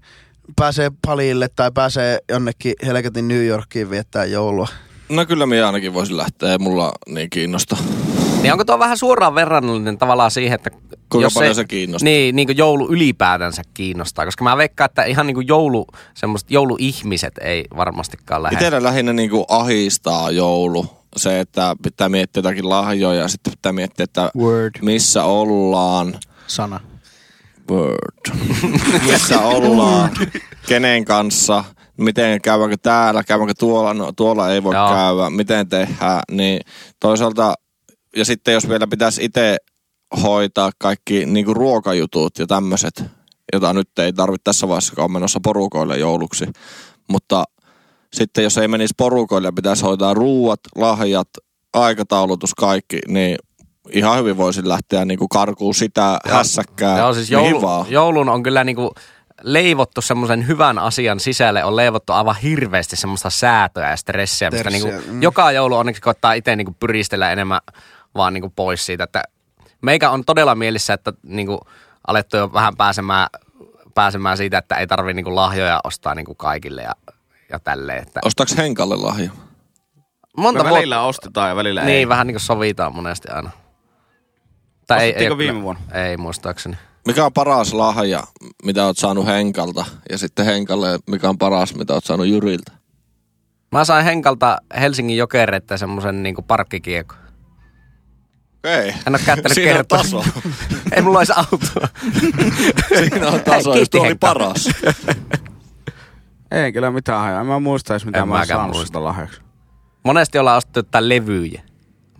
pääsee palille tai pääsee jonnekin helketin New Yorkiin viettää joulua. No kyllä minä ainakin voisin lähteä, ei mulla niin kiinnosta. Niin onko tuo vähän suoraan verrannollinen tavallaan siihen, että... Kuinka jos paljon ei- se kiinnostaa? Niin, niin kuin joulu ylipäätänsä kiinnostaa, koska mä veikkaan, että ihan niin kuin joulu, semmoiset jouluihmiset ei varmastikaan lähde. Itellä lähinnä niin kuin ahistaa joulu. Se, että pitää miettiä jotakin lahjoja ja sitten pitää miettiä, että Word. missä ollaan. Sana. Word. missä ollaan. Kenen kanssa. Miten käydäänkö täällä, käydäänkö tuolla. No, tuolla ei voi Joo. Joo. käydä. Miten tehdään. Niin toisaalta, ja sitten jos vielä pitäisi itse hoitaa kaikki niin kuin ruokajutut ja tämmöiset, jota nyt ei tarvitse tässä vaiheessa, kun on menossa porukoille jouluksi. Mutta sitten jos ei menisi porukoille, pitäisi hoitaa ruuat, lahjat, aikataulutus, kaikki, niin ihan hyvin voisin lähteä niin kuin karkuun sitä hässäkkää, Joo, siis no mihin joulu, vaan. joulun on kyllä niinku leivottu semmoisen hyvän asian sisälle, on leivottu aivan hirveästi semmoista säätöä ja stressiä, mistä Terssiä, niinku, mm. joka joulu onneksi koittaa itse niinku pyristellä enemmän vaan niinku pois siitä, että meikä on todella mielessä, että niinku alettu jo vähän pääsemään, pääsemään siitä, että ei tarvi niinku lahjoja ostaa niinku kaikille ja, ja tälleen. Että Ostaako Henkalle lahja? monta No välillä ostetaan ja välillä Niin, ei. vähän niinku sovitaan monesti aina. Tai Ostettiinko kyllä. viime vuonna? Ei muistaakseni. Mikä on paras lahja, mitä oot saanut Henkalta? Ja sitten Henkalle, mikä on paras, mitä oot saanut Jyriltä? Mä sain Henkalta Helsingin jokereita semmoisen niinku parkkikiekon. Okei. En ole käyttänyt Siinä on kertaa. taso. Ei mulla olisi autoa. Siinä on taso, Kiitti, jos tuo oli Henkka. paras. Ei kyllä mitään hajaa. En mä muista edes, mitä En en mä oon mäkään saanut muista. sitä lahjaksi. Monesti ollaan ostettu jotain levyjä.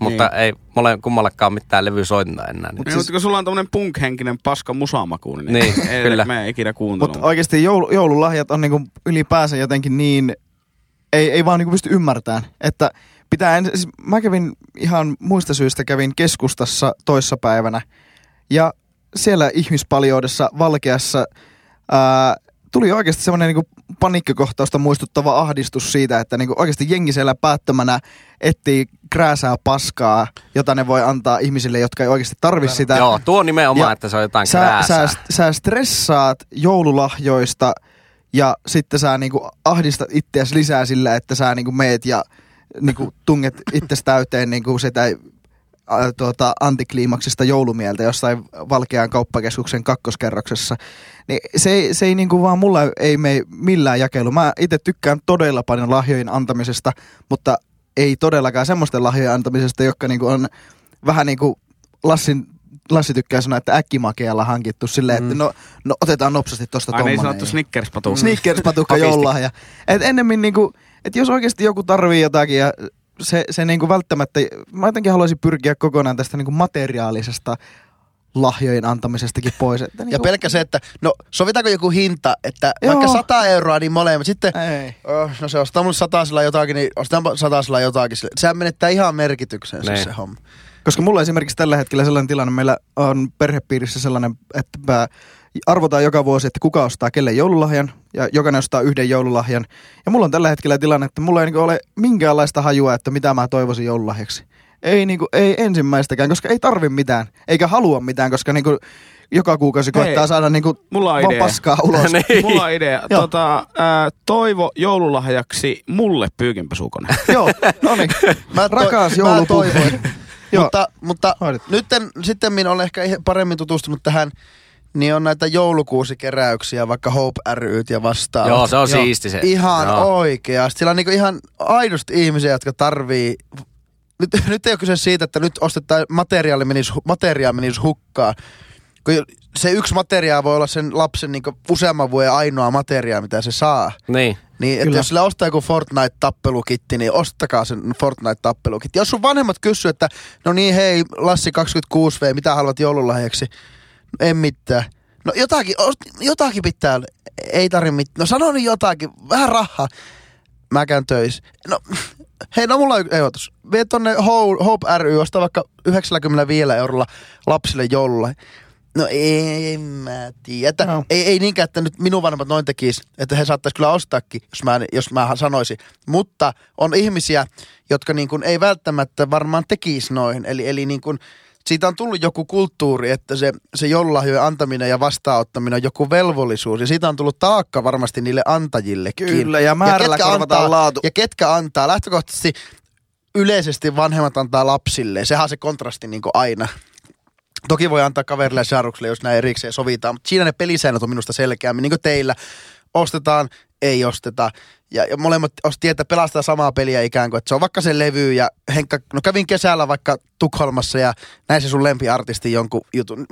Mutta niin. ei mole, kummallakaan mitään levysoitinta enää. Niin. Niin, mutta kun sulla on tämmönen punk-henkinen paska musamaku, niin, Niin, ei, kyllä. Mä en ikinä kuuntele. Mutta oikeasti joulu, joululahjat on niinku ylipäänsä jotenkin niin, ei, ei vaan niinku pysty ymmärtämään. Että pitää ensin, siis mä kävin ihan muista syistä, kävin keskustassa toissapäivänä ja siellä ihmispaljoudessa valkeassa ää, tuli oikeasti semmoinen niinku panikkikohtausta muistuttava ahdistus siitä, että niinku oikeasti jengi siellä päättämänä etsii krääsää paskaa, jota ne voi antaa ihmisille, jotka ei oikeasti tarvi sitä Joo, tuo nimenomaan, Ja että se on jotain sä, krääsää. sä, sä stressaat joululahjoista ja sitten sä niinku ahdistat itseäsi lisää sillä, että sä niinku meet ja niinku tunget itsesi täyteen niinku sitä ä, tuota, antikliimaksista joulumieltä jossain Valkean kauppakeskuksen kakkoskerroksessa. Niin se, ei- se ei niinku vaan mulla ei mene millään jakelu. Mä itse tykkään todella paljon lahjojen antamisesta, mutta ei todellakaan semmoisten lahjojen antamisesta, jotka niinku on vähän niin kuin Lassin, Lassi tykkää sanoa, että äkkimakealla hankittu silleen, mm. että no, no otetaan nopsasti tosta Ai tommonen. niin sanottu snickers-patu. Snickers-patukka Papisti. joululahja. Et ennemmin niinku, et jos oikeasti joku tarvii jotakin ja se, se niinku välttämättä, mä jotenkin haluaisin pyrkiä kokonaan tästä niinku materiaalisesta lahjojen antamisestakin pois. Että niinku, Ja pelkkä se, että no sovitaanko joku hinta, että Joo. Joo. vaikka 100 euroa, niin molemmat. Sitten, Ei. oh, no se ostaa mun satasella jotakin, niin ostaanpa satasella jotakin. sille. Sehän menettää ihan merkityksensä Niin. se homma. Koska mulla esimerkiksi tällä hetkellä sellainen tilanne, meillä on perhepiirissä sellainen, että mä arvotaan joka vuosi, että kuka ostaa kelle joululahjan ja jokainen ostaa yhden joululahjan. Ja mulla on tällä hetkellä tilanne, että mulla ei niinku ole minkäänlaista hajua, että mitä mä toivoisin joululahjaksi. Ei, niinku, ei ensimmäistäkään, koska ei tarvi mitään, eikä halua mitään, koska niinku joka kuukausi Hei, koittaa saada niinku mulla on vaan idea. paskaa ulos. Mulla on idea. Joo. tota, äh, toivo joululahjaksi mulle pyykinpesukone. Joo, no niin. Mä Rakas mä joulupuu. toivoin. Joo. mutta mutta Hoidettu. nyt sitten minä olen ehkä ihan paremmin tutustunut tähän, niin on näitä joulukuusikeräyksiä, vaikka Hope ryt ja vastaavat. Joo, se on siisti se. Ihan Joo. oikeasti. Siellä on niinku ihan aidosti ihmisiä, jotka tarvii... Nyt, nyt ei ole kyse siitä, että nyt ostetaan materiaali menisi, hu- materiaa menisi hukkaan. Kun jo- se yksi materiaa voi olla sen lapsen niinku useamman vuoden ainoa materiaa, mitä se saa. Niin. Niin, että Kyllä. jos sillä ostaa joku Fortnite-tappelukitti, niin ostakaa sen Fortnite-tappelukitti. Jos sun vanhemmat kysyy, että no niin hei, Lassi 26V, mitä haluat joululahjaksi? No, en mitään. No jotakin, ost- jotakin pitää, olla. ei tarvi mitään. No sano nyt jotakin, vähän rahaa. Mä käyn töissä. No, hei, no mulla on yksi ehdotus. Vie tonne Ho- Hope ry, ostaa vaikka 95 eurolla lapsille joululla. No ei, en mä tiedä. Että No. Ei, ei niinkään, että nyt minun vanhemmat noin tekis, että he saattaisi kyllä ostaakin, jos mä, jos mä sanoisin. Mutta on ihmisiä, jotka niin kuin ei välttämättä varmaan tekis noin. Eli, eli niin kuin, siitä on tullut joku kulttuuri, että se, se joululahjojen antaminen ja vastaanottaminen on joku velvollisuus. Ja siitä on tullut taakka varmasti niille antajillekin. Kyllä, ja määrällä ketkä korvataan antaa, laatu. Ja ketkä antaa. Lähtökohtaisesti yleisesti vanhemmat antaa lapsille. Sehän on se kontrasti niin kuin aina. Toki voi antaa kaverille ja saaruksille, jos näin erikseen sovitaan, mutta siinä ne pelisäännöt on minusta selkeämmin. Niin kuin teillä, ostetaan, ei osteta. Ja, ja molemmat os tietää pelastaa samaa peliä ikään kuin, että se on vaikka se levy ja Henkka, no kävin kesällä vaikka Tukholmassa ja näin se sun lempiartisti jonkun jutun.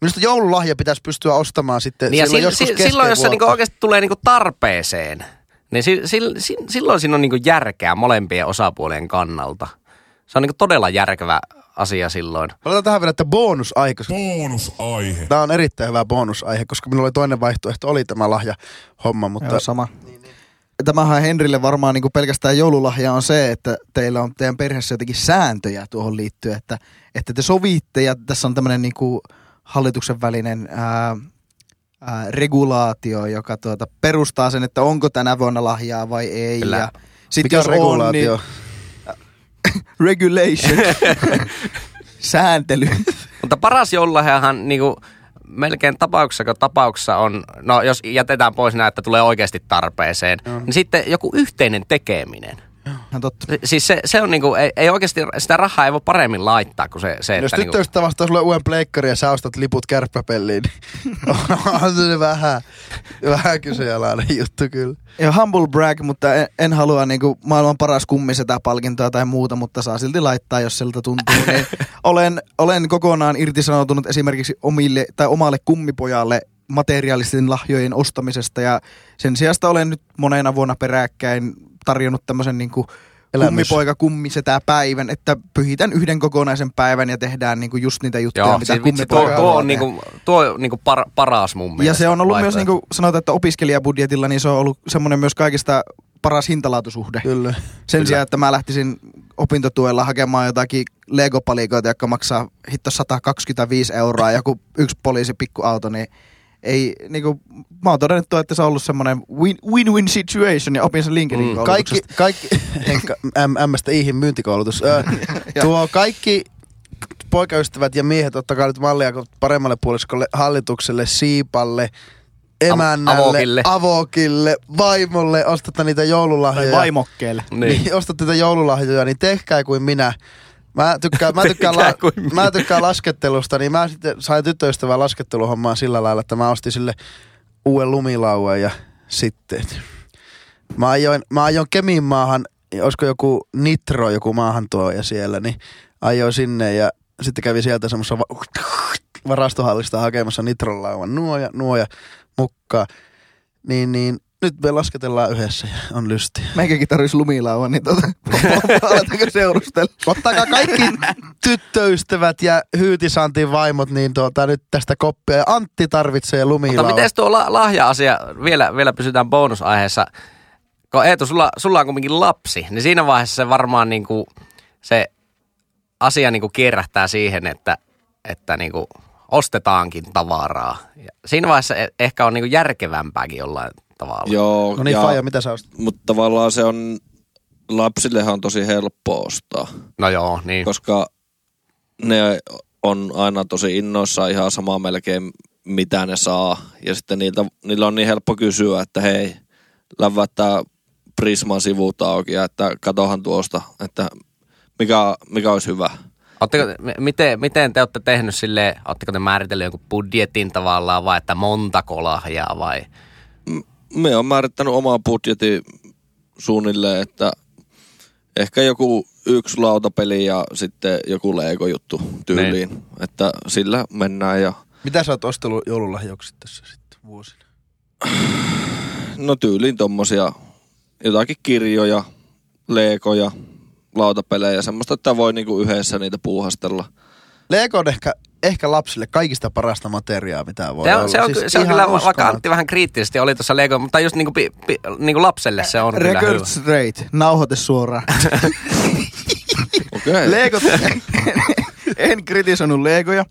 Minusta joululahja pitäisi pystyä ostamaan sitten Niin ja silloin silloin, joskus si- kesken silloin jos se niinku vuotta. oikeasti tulee niinku tarpeeseen, niin si- sil- si- silloin siinä on niinku järkeä molempien osapuolien kannalta. Se on niinku todella järkevä asia silloin. Palataan tähän vielä, että bonusaihe. koska Bonusaihe. Tämä on erittäin hyvä bonusaihe, koska minulla oli toinen vaihtoehto, oli tämä lahjahomma, mutta Joo, sama. Tämähän Henrille varmaan niin pelkästään joululahja on se, että teillä on teidän perheessä jotenkin sääntöjä tuohon liittyen, että, että te sovitte ja tässä on tämmöinen niin hallituksen välinen ää, ää, regulaatio, joka tuota, perustaa sen, että onko tänä vuonna lahjaa vai ei. Kyllä. Ja sit mikä on regulaatio? On, niin regulation. Sääntely. Mutta paras joululahjahan niinku melkein tapauksessa kun tapauksessa on, no jos jätetään pois nämä, että tulee oikeasti tarpeeseen, niin sitten joku yhteinen tekeminen. Ihan totta. Si- Siis se, se on niinku, ei, ei oikeasti, sitä rahaa ei voi paremmin laittaa kuin se, No se Jos että niinku, tyttöystä vastaa sulle uuden pleikkari ja sä ostat liput kärppäpelliin, niin on se vähän, vähän kyseenalainen juttu kyllä. Ja humble brag, mutta en, en halua niinku maailman paras kummisetä palkintoa tai muuta, mutta saa silti laittaa, jos siltä tuntuu. Niin olen, olen kokonaan irtisanoutunut esimerkiksi omille tai omalle kummipojalle materiaalisten lahjojen ostamisesta ja sen sijasta olen nyt monena vuonna peräkkäin tarjonnut tämmöisen niinku Elämys. kummipoika kummisetä päivän, että pyhitän yhden kokonaisen päivän ja tehdään niinku just niitä juttuja, joo, mitä siis vitsi, tuo, kummipoika tuo haluaa on tehdä. niinku, tuo on niinku par, paras mun mielestä. Ja se on ollut myös, vaihtoehto. niin kuin sanotaan, että opiskelijabudjetilla, niin se on ollut semmoinen myös kaikista paras hintalaatusuhde. Kyllä. Sen sijaan, että mä lähtisin opintotuella hakemaan jotakin Lego-palikoita, jotka maksaa hitto 125 euroa, joku yksi poliisi pikkuauto, niin ei, niin kuin, mä oon todennut, tuo, että se on ollut semmoinen win- win-win situation, ja opin sen LinkedIn mm. Kaikki, kaikki M-stä Ihin myyntikoulutus. Ö, tuo kaikki poikaystävät ja miehet, ottakaa nyt mallia paremmalle puoliskolle, hallitukselle, siipalle, emännälle, avokille. avokille, vaimolle, ostatte niitä Tai joululahjoja. vaimokkeelle. Niin. niin. niin ostatte niitä joululahjoja, niin tehkää kuin minä. Mä tykkään, mä tykkään, la- Tehkää kuin minä. mä tykkään laskettelusta, niin mä sitten sain tyttöystävää lasketteluhommaa sillä lailla, että mä ostin sille uuden lumilauan ja sitten. Mä ajoin, mä ajoin Kemin maahan, olisiko joku Nitro, joku maahantuoja siellä, niin ajoin sinne ja sitten kävi sieltä semmoisessa va- varastohallista hakemassa Nitron lauan nuoja, nuoja, mukkaa. Niin, niin nyt me lasketellaan yhdessä ja on lysti. Meikäkin tarvitsisi lumilauva, niin tota, aletaanko seurustella? Ottakaa kaikki tyttöystävät ja Hyytisantin vaimot niin tuota, nyt tästä koppia. Ja Antti tarvitsee Mutta lumilaudan. miten No tuo la- lahja-asia, vielä, vielä pysytään bonusaiheessa. Kun Eetu, sulla, sulla on kuitenkin lapsi, niin siinä vaiheessa se varmaan niinku, se asia niinku kierrähtää siihen, että, että niinku ostetaankin tavaraa. Ja siinä vaiheessa e- ehkä on niinku järkevämpääkin jollain tavalla. Joo, No niin, ja- Faija, mitä sä ostat? mutta tavallaan se on, lapsillehan on tosi helppo ostaa, No joo, niin. koska ne on aina tosi innoissaan ihan sama melkein mitä ne saa. Ja sitten niiltä, niillä on niin helppo kysyä, että hei, lävättää Prisman sivut auki ja että katohan tuosta, että mikä, mikä olisi hyvä. Ootteko, m- miten, miten te olette tehnyt sille, ootteko te määritellyt jonkun budjetin tavallaan vai että montako lahjaa vai? me on määrittänyt omaa budjetin suunnilleen, että ehkä joku yksi lautapeli ja sitten joku Lego-juttu tyyliin. Niin. Että sillä mennään ja Mitä sä oot ostellut joululahjoksi tässä sitten vuosina? no tyyliin tommosia jotakin kirjoja, Legoja, lautapelejä, semmoista, että voi niinku yhdessä niitä puuhastella. Lego on ehkä, ehkä lapsille kaikista parasta materiaa, mitä voi Se olla. Siis on, se on, Siis ky- se on ihan kyllä, va- vaikka uskomaton. Antti vähän kriittisesti oli tuossa Lego, mutta just niinku, pi, pi, niinku lapselle se on kyllä Record hyvä. straight, nauhoite suoraan. Okei. Okay. Legot, en kritisoinut legoja,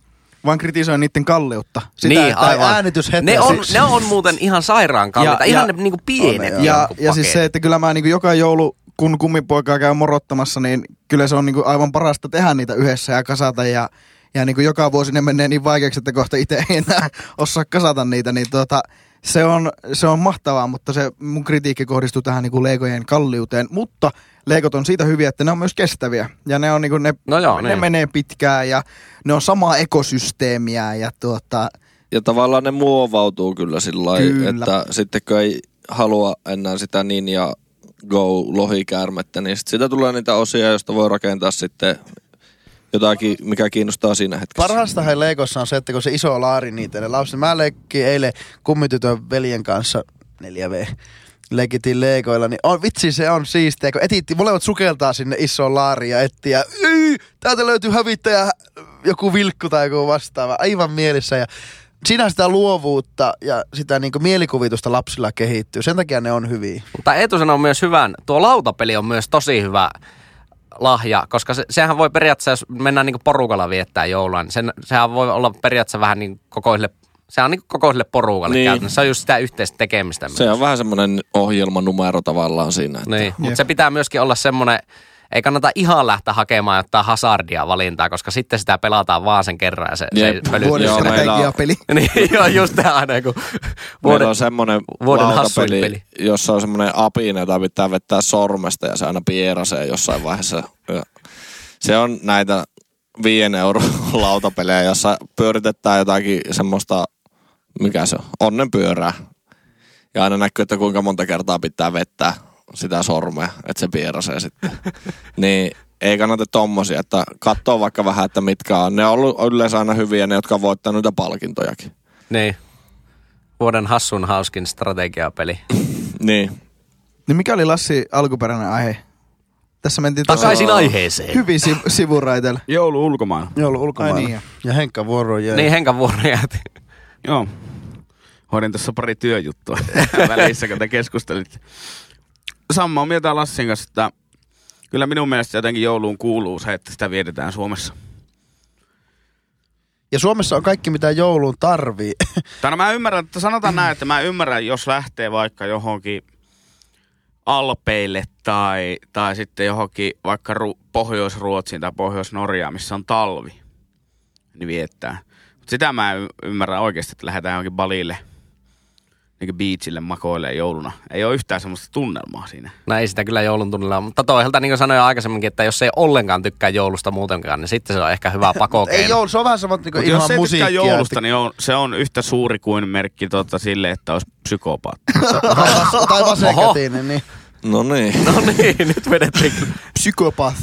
vaan kritisoin niiden kalleutta. Sitä, niin, että- aivan. äänityshetki. Ne on, Siis- ne on muuten ihan sairaan kalliita, Ja- ihan ja- ne niinku pienet. niinku on ne, ja, jonkun ja siis se, paketit. että kyllä mä niin joka joulu, kun kummipoikaa käy morottamassa, niin kyllä se on niin aivan parasta tehdä niitä yhdessä ja kasata. Ja, ja niin joka vuosi ne menee niin vaikeaksi, että kohta itse ei enää osaa kasata niitä. Niin tuota, se, on, se on mahtavaa, mutta se mun kritiikki kohdistuu tähän niin leikojen kalliuteen. Mutta leikot on siitä hyviä, että ne on myös kestäviä. Ja ne, on niin ne, No joo, ne niin. menee pitkään ja ne on samaa ekosysteemiä. Ja tuota, Ja tavallaan ne muovautuu kyllä sillä lailla, Kyllä. että sitten kun ei halua enää sitä Ninja Go lohikäärmettä, niin sit sitä tulee niitä osia, joista voi rakentaa sitten jotakin, mikä kiinnostaa siinä hetkessä. Parhaasta hei Legossa on se, että kun se iso laari niitä, ne lapset. Mä leikkiin eilen kummitytön veljen kanssa 4V. Leikittiin Legoilla, niin on, vitsi se on siistiä, kun etittiin, molemmat sukeltaa sinne isoon laariin ja etsiä, ja "Yy, täältä löytyy hävittäjä, joku vilkku tai joku vastaava, aivan mielissä ja siinä sitä luovuutta ja sitä niin mielikuvitusta lapsilla kehittyy, sen takia ne on hyviä. Mutta Eetu sanoo myös hyvän, tuo lautapeli on myös tosi hyvä lahja, koska se, sehän voi periaatteessa, jos mennään niinku porukalla viettää joulua, niin sen, sehän voi olla periaatteessa vähän niin kokoisille, sehän on niin kokoisille porukalle Niin. niin. käytännössä. Se on just sitä yhteistä tekemistä. Se on vähän semmoinen ohjelmanumero tavallaan siinä. Että Niin, mutta se pitää myöskin olla semmoinen, ei kannata ihan lähteä hakemaan jotain hazardia valintaa, koska sitten sitä pelataan vaan sen kerran ja se, Jep. se pölyt. Vuoden Joo, strategia. meillä- strategiapeli. niin, joo, just tämä aina, kun Meillä vuoden, on semmoinen vuoden lautapeli, hassuin peli. jossa on semmoinen apina, jota pitää vetää sormesta ja se aina pierasee jossain vaiheessa. Ja se on näitä viien euron lautapelejä, jossa pyöritetään jotakin semmoista, mikä se on, onnenpyörää. Ja aina näkyy, että kuinka monta kertaa pitää vettää sitä sormea, että se pierasee sitten. niin ei kannata tommosia, että katsoo vaikka vähän, että mitkä on. Ne on ollut yleensä aina hyviä, ne jotka on voittanut niitä palkintojakin. niin. vuoden hassun hauskin strategiapeli. Niin. Niin mikä oli Lassi alkuperäinen aihe? Tässä mentiin tosi Takaisin aiheeseen. hyvin si- sivuraiteille. Joulu ulkomailla. Joulu ulkomailla. Ai niin, joo. ja Henkka vuoro jäi. Niin, henkan vuoro jäätiin. Joo. Hoidin tässä pari työjuttua välissä, kun te keskustelitte. Samaa mieltä Lassin kanssa, että kyllä minun mielestä jotenkin jouluun kuuluu se, että sitä vietetään Suomessa. Ja Suomessa on kaikki, mitä jouluun tarvii. Tai no mä ymmärrän, että sanotaan näin, että mä ymmärrän, jos lähtee vaikka johonkin Alpeille tai, tai sitten johonkin vaikka Ru- Pohjois-Ruotsiin tai Pohjois-Norjaan, missä on talvi, niin viettää. Mut sitä mä y- ymmärrän oikeasti, että lähdetään johonkin balille, niin beachille makoille jouluna. Ei ole yhtään semmoista tunnelmaa siinä. No ei sitä kyllä joulun tunnilla ole, mutta toiselta niin kuin sanoin jo aikaisemminkin, että jos ei ollenkaan tykkää joulusta muutenkaan, niin sitten se on ehkä hyvä pakokeino. Ei joulu, se on vähän samat niin Mut ilman jos ei tykkää musiikkia. joulusta, niin on, se on yhtä suuri kuin merkki tota, sille, että olisi psykopaatti. tai, niin- vas- tai Oho. vasenkätinen, niin No niin. No niin, nyt vedettiin. kyllä. Psykopath.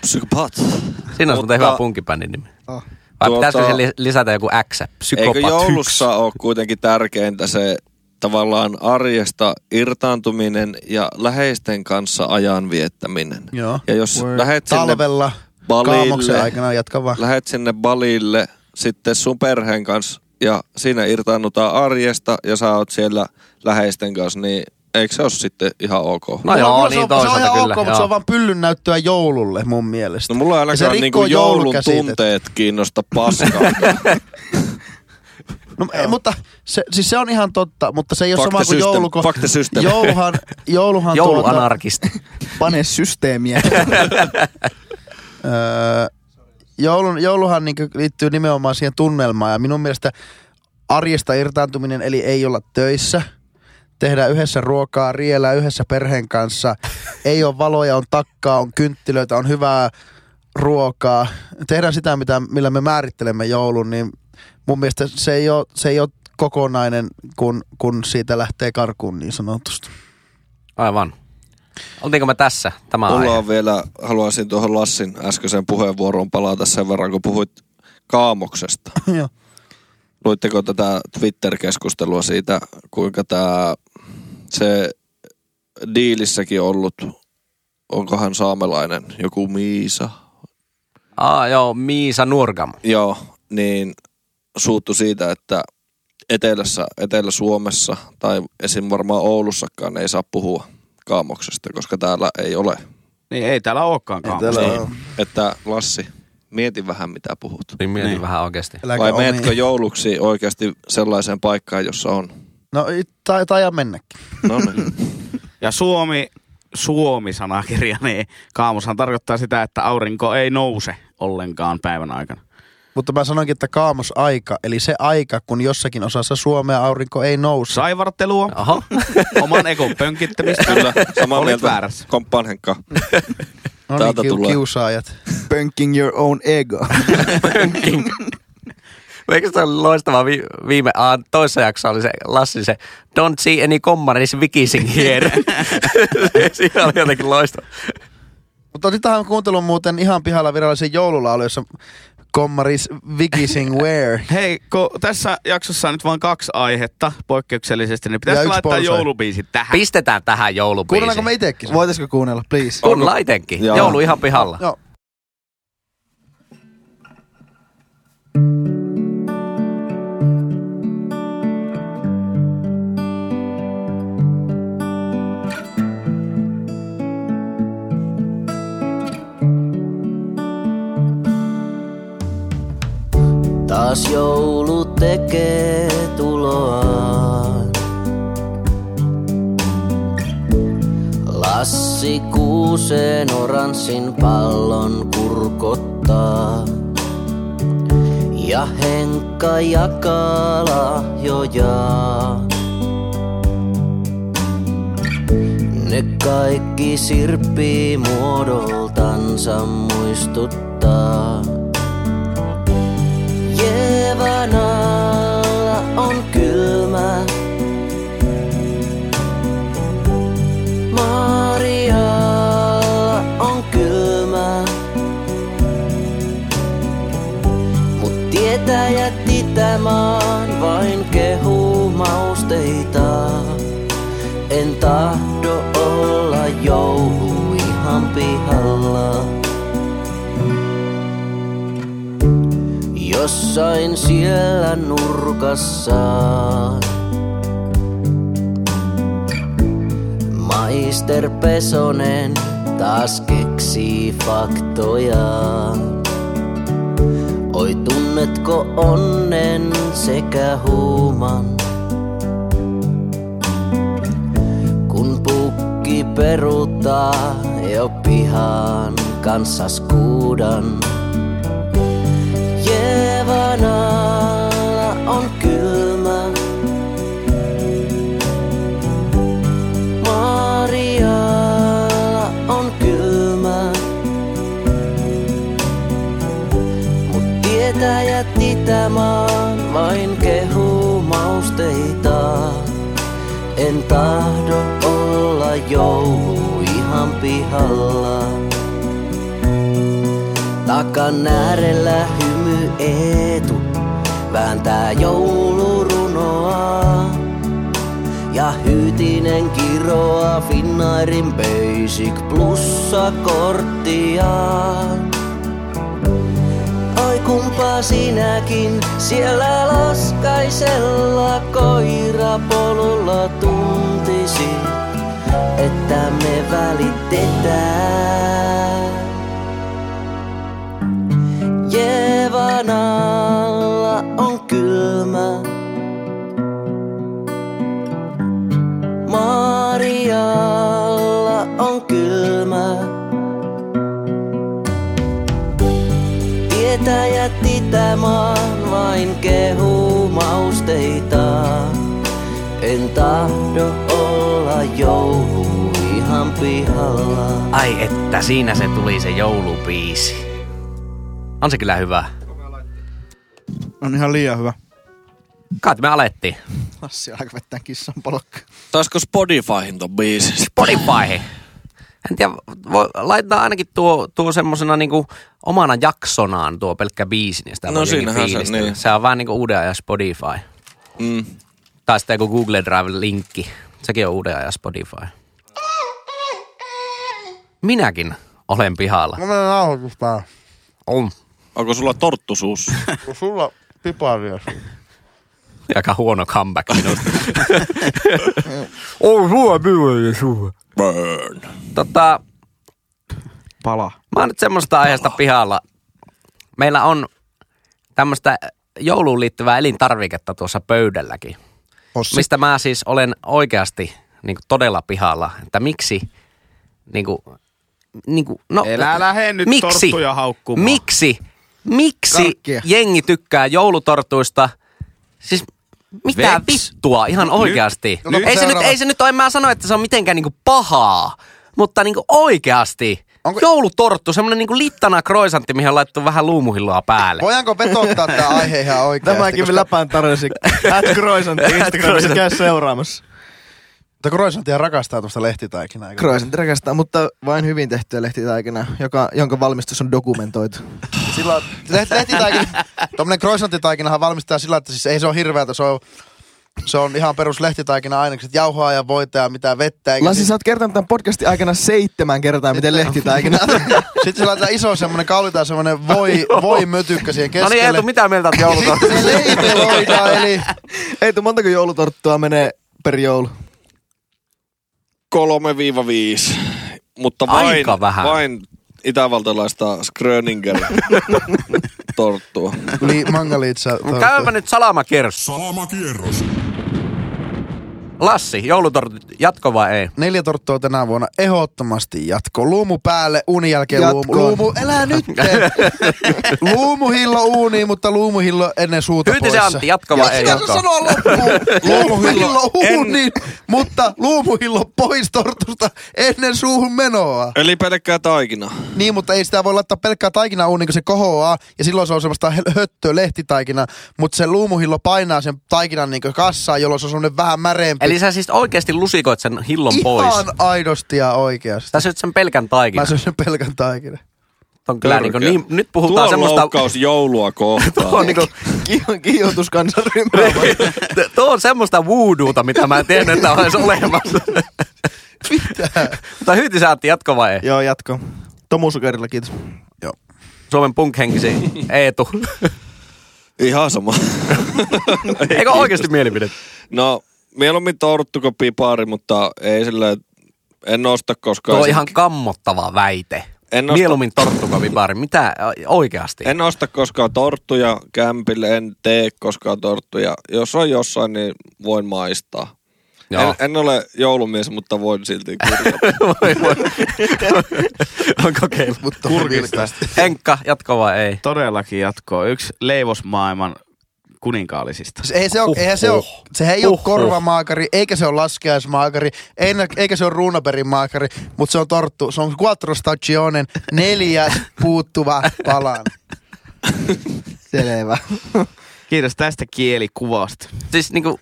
Psykopat. Siinä olisi muuten Mutta- hyvä punkibändin nimi. Oh. Ah. Vai Tuota- pitäisikö siihen li- lisätä joku X? Eikö Psykopat yksi. joulussa ole kuitenkin tärkeintä se tavallaan arjesta irtaantuminen ja läheisten kanssa ajan viettäminen? Joo. Ja jos Word. lähet sinne, talvella balille. kaamoksen aikana jatka vaan. lähet sinne balille sitten sun perheen kanssa ja siinä irtaannutaan arjesta ja sä oot siellä läheisten kanssa, niin eikö se ole sitten ihan ok? No Mulla- joo, mulla se niin on, se on toisaalta ihan kyllä. ok, mutta se on vaan pyllyn näyttöä joululle mun mielestä. No mulla ei Ja se ainakaan niinku rikkoo joulun joulukäsitettä. tunteet kiinnosta paskaa. No, ei, mutta se, siis se on ihan totta, mutta se ei ole Fuck sama the kuin system, joulu, kun fuck the system. jouluhan, jouluhan tuota, Jouluanarkisti. Pane systeemiä. öö, joulun, jouluhan niin liittyy nimenomaan siihen tunnelmaan ja minun mielestä arjesta irtaantuminen, eli ei olla töissä, tehdään yhdessä ruokaa, rielää yhdessä perheen kanssa, ei ole valoja, on takkaa, on kynttilöitä, on hyvää ruokaa, tehdään sitä, mitä, millä me määrittelemme joulun, niin mun mielestä se ei ole, se ei ole kokonainen, kun, kun siitä lähtee karkuun niin sanotusti. Aivan. Oltiinko me tässä? Tämä Mulla aihe. on vielä, haluaisin tuohon Lassin äskeiseen puheenvuoroon palata sen verran, kun puhuit kaamoksesta. Joo. Luitteko tätä Twitter-keskustelua siitä, kuinka tämä se diilissäkin ollut, onkohan saamelainen, joku Miisa? Aa, Ah, joo, Miisa Nurgam. Joo, niin suuttu siitä, että etelässä, Etelä-Suomessa tai esim. varmaan Oulussakaan ei saa puhua kaamoksesta, koska täällä ei ole. niin ei täällä olekaan kaamosta. Täällä on- Niin, Että Lassi, mieti vähän mitä puhut. Niin mietin Niin. vähän oikeasti. Eläkää Vai omiin. meetkö jouluksi oikeasti sellaiseen paikkaan, jossa on? No ei- tai, tai mennäkin. No niin. Ja Suomi, Suomi-sanakirja, niin kaamushan tarkoittaa sitä, että aurinko ei nouse ollenkaan päivän aikana. Mutta mä sanoinkin, että kaamosaika, eli se aika, kun jossakin osassa Suomea aurinko ei nouse. Saivartelua, Aha. oman ekon pönkittämistä. Kyllä, samaa Olit mieltä. väärässä. Komppaan Henkka. No niin, täältä kiu- tulee. kiusaajat. Punking your own ego. Eikö se ollut loistava vi- viime a, toisessa jaksossa oli se Lassi se Don't see any comma is wikising here. Siinä oli jotenkin loistava. Mutta nyt tähän kuuntelun muuten ihan pihalla virallisen joululaulu, jossa kommaris Vikising Where. Hei, kun tässä jaksossa on nyt vain kaksi aihetta poikkeuksellisesti, niin Ja pitäisi yksi laittaa bonsai. joulubiisi tähän. Pistetään tähän joulubiisi. Kuunnellaanko me itsekin? Voi. Voitaisko kuunnella, please? Kuunnellaan itsekin. Joo. Joulu ihan pihalla. Joo. Taas joulu tekee tuloaan. Kassi kuuseen oranssin pallon kurkottaa. Ja Henkka jakaa lahjojaan. Ne kaikki sirppii muodoltansa muistuttaa. Jeevan alla on kylmä. Marialla on kylmä. Mut tietäjät itämaan vain kehuu mausteitaan. En tahdo olla joulu ihan pihalla. Jossain siellä nurkassa Maister Pesonen taas keksii faktojaan. Oi tunnetko onnen sekä huuman? kun pukki peruuttaa jo pihan kanssa skuudan. Jeevan alla on kylmä. Marialla on kylmä. Mut tietäjät itämaan vain kehuu mausteitaan. En tahdo olla joulu ihan pihalla. Takan äärellä hymy etu vääntää joulurunoa. Ja hyytinen kiroa Finnairin Basic plussa korttiaan. Oi kumpa sinäkin siellä laskaisella koirapolulla tuntisi, että me välitetään. Jeevan alla on kylmä. Marialla on kylmä. tietäjät itämaan vain kehuu mausteitaan. En tahdo olla joulu ihan pihalla. Ai että siinä se tuli se joulupiisi. On se kyllä hyvä. On ihan liian hyvä. Kai me alettiin. Lassi alkaa vettää kissan polkka. Taisko Spotifyhin ton biisin? Spotify. En tiedä, voi laittaa ainakin tuo, tuo semmosena niinku omana jaksonaan tuo pelkkä biisi, niin sitä No voi jotenkin siinähän se, fiilistellä. niin. se on vähän niinku uuden ajan Spotify. Mm. Tai sitten joku Google Drive-linkki. Sekin on uuden ajan Spotify. Minäkin olen pihalla. Mä menen nauhoituspää. On. Onko sulla torttusuus? Kun sulla piparia sulla. Aika huono comeback minusta. on sulla minulle sulla. Burn. Tota, Pala. Mä oon nyt semmoista aiheesta pihalla. Meillä on tämmöistä jouluun liittyvää elintarviketta tuossa pöydälläkin. Ossi. Mistä mä siis olen oikeasti niin kuin todella pihalla, että miksi, niin kuin, niin kuin, no, Elä lähde nyt miksi, torttuja haukkumaan. miksi, miksi Karkkia. jengi tykkää joulutortuista? Siis mitä Veks. vittua ihan oikeasti? No, ei, se nyt, seuraava. ei se nyt ole, mä sano, että se on mitenkään niinku pahaa, mutta niinku oikeasti. Onko- Onko... Joulutorttu, semmonen niinku littana kroisantti, mihin on laittu vähän luumuhilloa päälle. Voidaanko vetottaa tää aihe ihan oikeasti? Tämäkin koska- läpään tarjosi. At Croissant Instagramissa käy seuraamassa. Mutta Kroisantia rakastaa tuosta lehtitaikinaa. eikö? Croissant rakastaa, mutta vain hyvin tehtyä lehtitaikinaa, joka, jonka valmistus on dokumentoitu. Sillä on, leht, lehtitaikina, tommonen croissantitaikinahan valmistetaan sillä, että siis ei se ole hirveätä, se on, se on ihan perus lehtitaikina ainekset, jauhoa ja voita ja mitä vettä. Eikä Lassi, sä oot kertonut tämän podcastin aikana seitsemän kertaa, miten lehtitaikina. Sitten se laitetaan iso semmonen, kaulitaan semmonen voi, voi mötykkä siihen no niin, keskelle. Eetu, mitä mieltä oot joulutorttu? se leipeloidaan, eli Ei tuu montako joulutorttua menee per joulu. 3-5. Mutta vain, Aika vähän. vain itävaltalaista Schröninger torttua. Niin, li, mangalitsa. Käypä nyt salamakerros. Salamakierros. Lassi, joulutortit jatko vai ei? Neljä torttua tänä vuonna ehdottomasti jatko. Luumu päälle, unin jälkeen luumu. Jatkoon. Luumu, elää nyt! luumuhillo uuniin, mutta luumuhillo ennen suuta Hyytisen poissa. Antti, jatko vai ei? Ei Jatko. sanoa loppuun. Luumuhillo En- uuniin, mutta luumuhillo pois tortusta ennen suuhun menoa. Eli pelkkää taikina. Niin, mutta ei sitä voi laittaa pelkkää taikinaa uuniin, kun se kohoaa, ja silloin se on semmoista hel- höttöä lehtitaikina, mutta se luumuhillo painaa sen taikinan niin kassaan, jolloin se on semmoinen vähän märempi. Eli sä siis oikeasti lusikoit sen hillon Ihan pois. aidosti ja oikeasti. Sä syöt sen pelkän taikinan. Mä syön sen pelkän taikinan. On kyllä, niin Törkeä. kuin, niin, nyt Tuo puhutaan on semmoista... loukkaus joulua kohtaan. Tuo on, niin kuin, Kiihon kiihotus kansanryhmää. tuo on semmoista voodoota, mitä mä en tiennyt, että on edes olemassa. Mutta hyyti sä Antti, jatko vai ei? Joo, jatko. Tomu Sukerilla, kiitos. Suomen punk-henkisi Eetu. Ihan sama. Eikö oikeasti mielipide? No, mieluummin torttu kuin pipari, mutta ei sillä en osta koskaan. Tuo on sit- ihan kammottava väite. En En osta- Mieluummin torttukavipaari. Mitä oikeasti? En... En osta koskaan torttuja kämpille, en tee koskaan torttuja. Jos on jossain, niin voin maistaa. Joo. En, en, ole joulumies, mutta voin silti kirjoittaa. voi, voi. on kokeillut. Mutta Kurkista. Siis Henkka, jatko vai ei? Todellakin jatkoa. Yksi leivosmaailman kuninkaallisista. Se- Ei se ole, eihän se ole, se ei Huh, ole huh. korvamaakari, eikä se ole laskeaismaakari, ei- eikä se ole ruunaperin maakari, mutta se on torttu. Se on quattro stagionen neljäs puuttuva palan. Selvä. Kiitos tästä kielikuvasta. Siis niinku...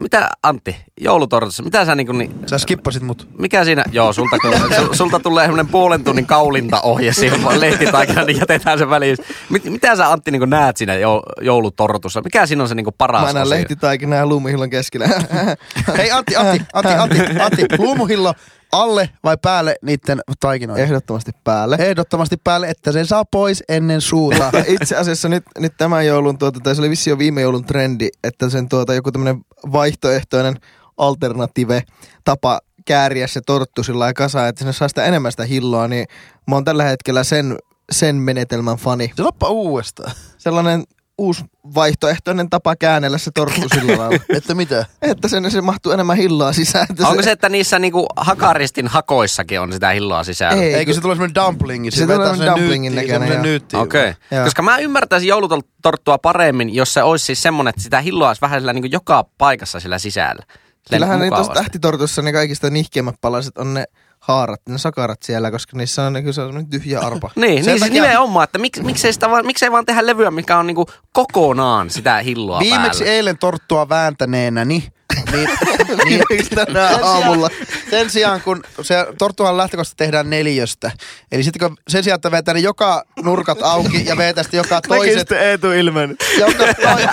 Mitä Antti, joulutortissa, mitä sä niinku, ni, Sä skippasit mut. mikä siinä, joo, sulta, sul- sulta tulee semmonen puolen tunnin kaulintaohje siihen vaan lehtitaikinaan, niin jätetään se väliin. Mit, mitä sä Antti niinku näet siinä jo, joulutortussa, mikä siinä on se niinku paras Mä näen osio? lehtitaikinaa ja luumihillon keskellä. Hei Antti, Antti, Antti, Antti, Antti, luumuhillo alle vai päälle niitten taikinoihin? Ehdottomasti päälle. Ehdottomasti päälle, että se saa pois ennen suuta. Itse asiassa nyt, nyt tämän joulun, tuota, tai se oli vissi jo viime joulun trendi, että sen tuota, joku tämmöinen vaihtoehtoinen alternative tapa kääriä se torttu sillä lailla kasaan, että sinne saa sitä enemmän sitä hilloa, niin mä oon tällä hetkellä sen, sen menetelmän fani. Sanoppa uudestaan. Sellainen uusi vaihtoehtoinen tapa käännellä se torttu sillä lailla. Että mitä? Että sen se mahtuu enemmän hilloa sisään. Että Onko se, että niissä niinku hakaristin hakoissakin on sitä hilloa sisällä? Ei, Eikö kun- se tule semmonen dumplingi? Se tulee vetää semmonen semmonen dumplingin nyytti- näköinen, semmonen joo. nyytti. Okei, Joo. okay. koska mä ymmärtäisin joulutorttua paremmin, jos se olisi siis semmonen, että sitä hilloa olisi vähän sillä niin joka paikassa sillä sisällä. Silleen Sillähän niin tuossa mukavasti. tähtitortussa ne kaikista nihkeimmät palaset on ne haarat, ne sakarat siellä, koska niissä on, kyllä se on semmoinen tyhjä arpa. Niin, Sen niin siis takia- nimenomaan, että mik, miksei, sitä vaan, miksei vaan tehdä levyä, mikä on niinku kokonaan sitä hilloa Viimeksi päällä. eilen torttua vääntaneenä, niin... niin, niin tänään aamulla. sen sijaan, kun se torttuhan lähtökohtaisesti tehdään neljöstä. Eli sitten kun sen sijaan, että vetää ne joka nurkat auki ja vetää sitten joka Näkin toiset. sitten Eetu ilmen. joka toiset.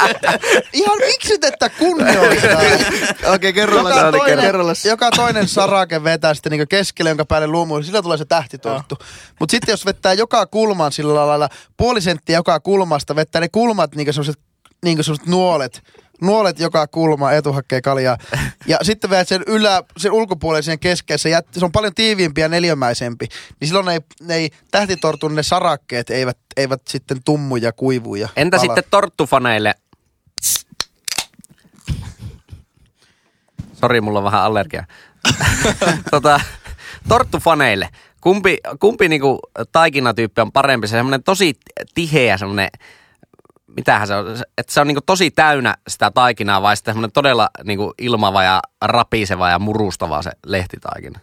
Ihan miksi te tätä kunnioittaa? Okei, kerro Joka toinen, kerrallas. joka toinen sarake vetää sitten niinku keskelle, jonka päälle luomu, sillä tulee se tähtitorttu. Mutta sitten jos vetää joka kulman sillä lailla, puoli senttiä joka kulmasta, vetää ne kulmat niinku semmoset, niinku semmoset nuolet, nuolet joka kulma, etu hakee kaljaa. Ja sitten vedät sen ylä, sen ulkopuolelle siihen keskeen, se, jät, se on paljon tiiviimpi ja neljömäisempi. Niin silloin ne, ei, ne ei, tähtitortun ne sarakkeet eivät, eivät sitten tummu ja kuivu ja Entä pala. sitten torttufaneille? Sori, mulla on vähän allergia. tota, torttufaneille. Kumpi, kumpi niinku taikinatyyppi on parempi? Se semmoinen tosi tiheä semmoinen, mitähän se on, että se on niinku tosi täynnä sitä taikinaa vai sitten semmoinen todella niinku ilmava ja rapiseva ja murustava se lehtitaikina?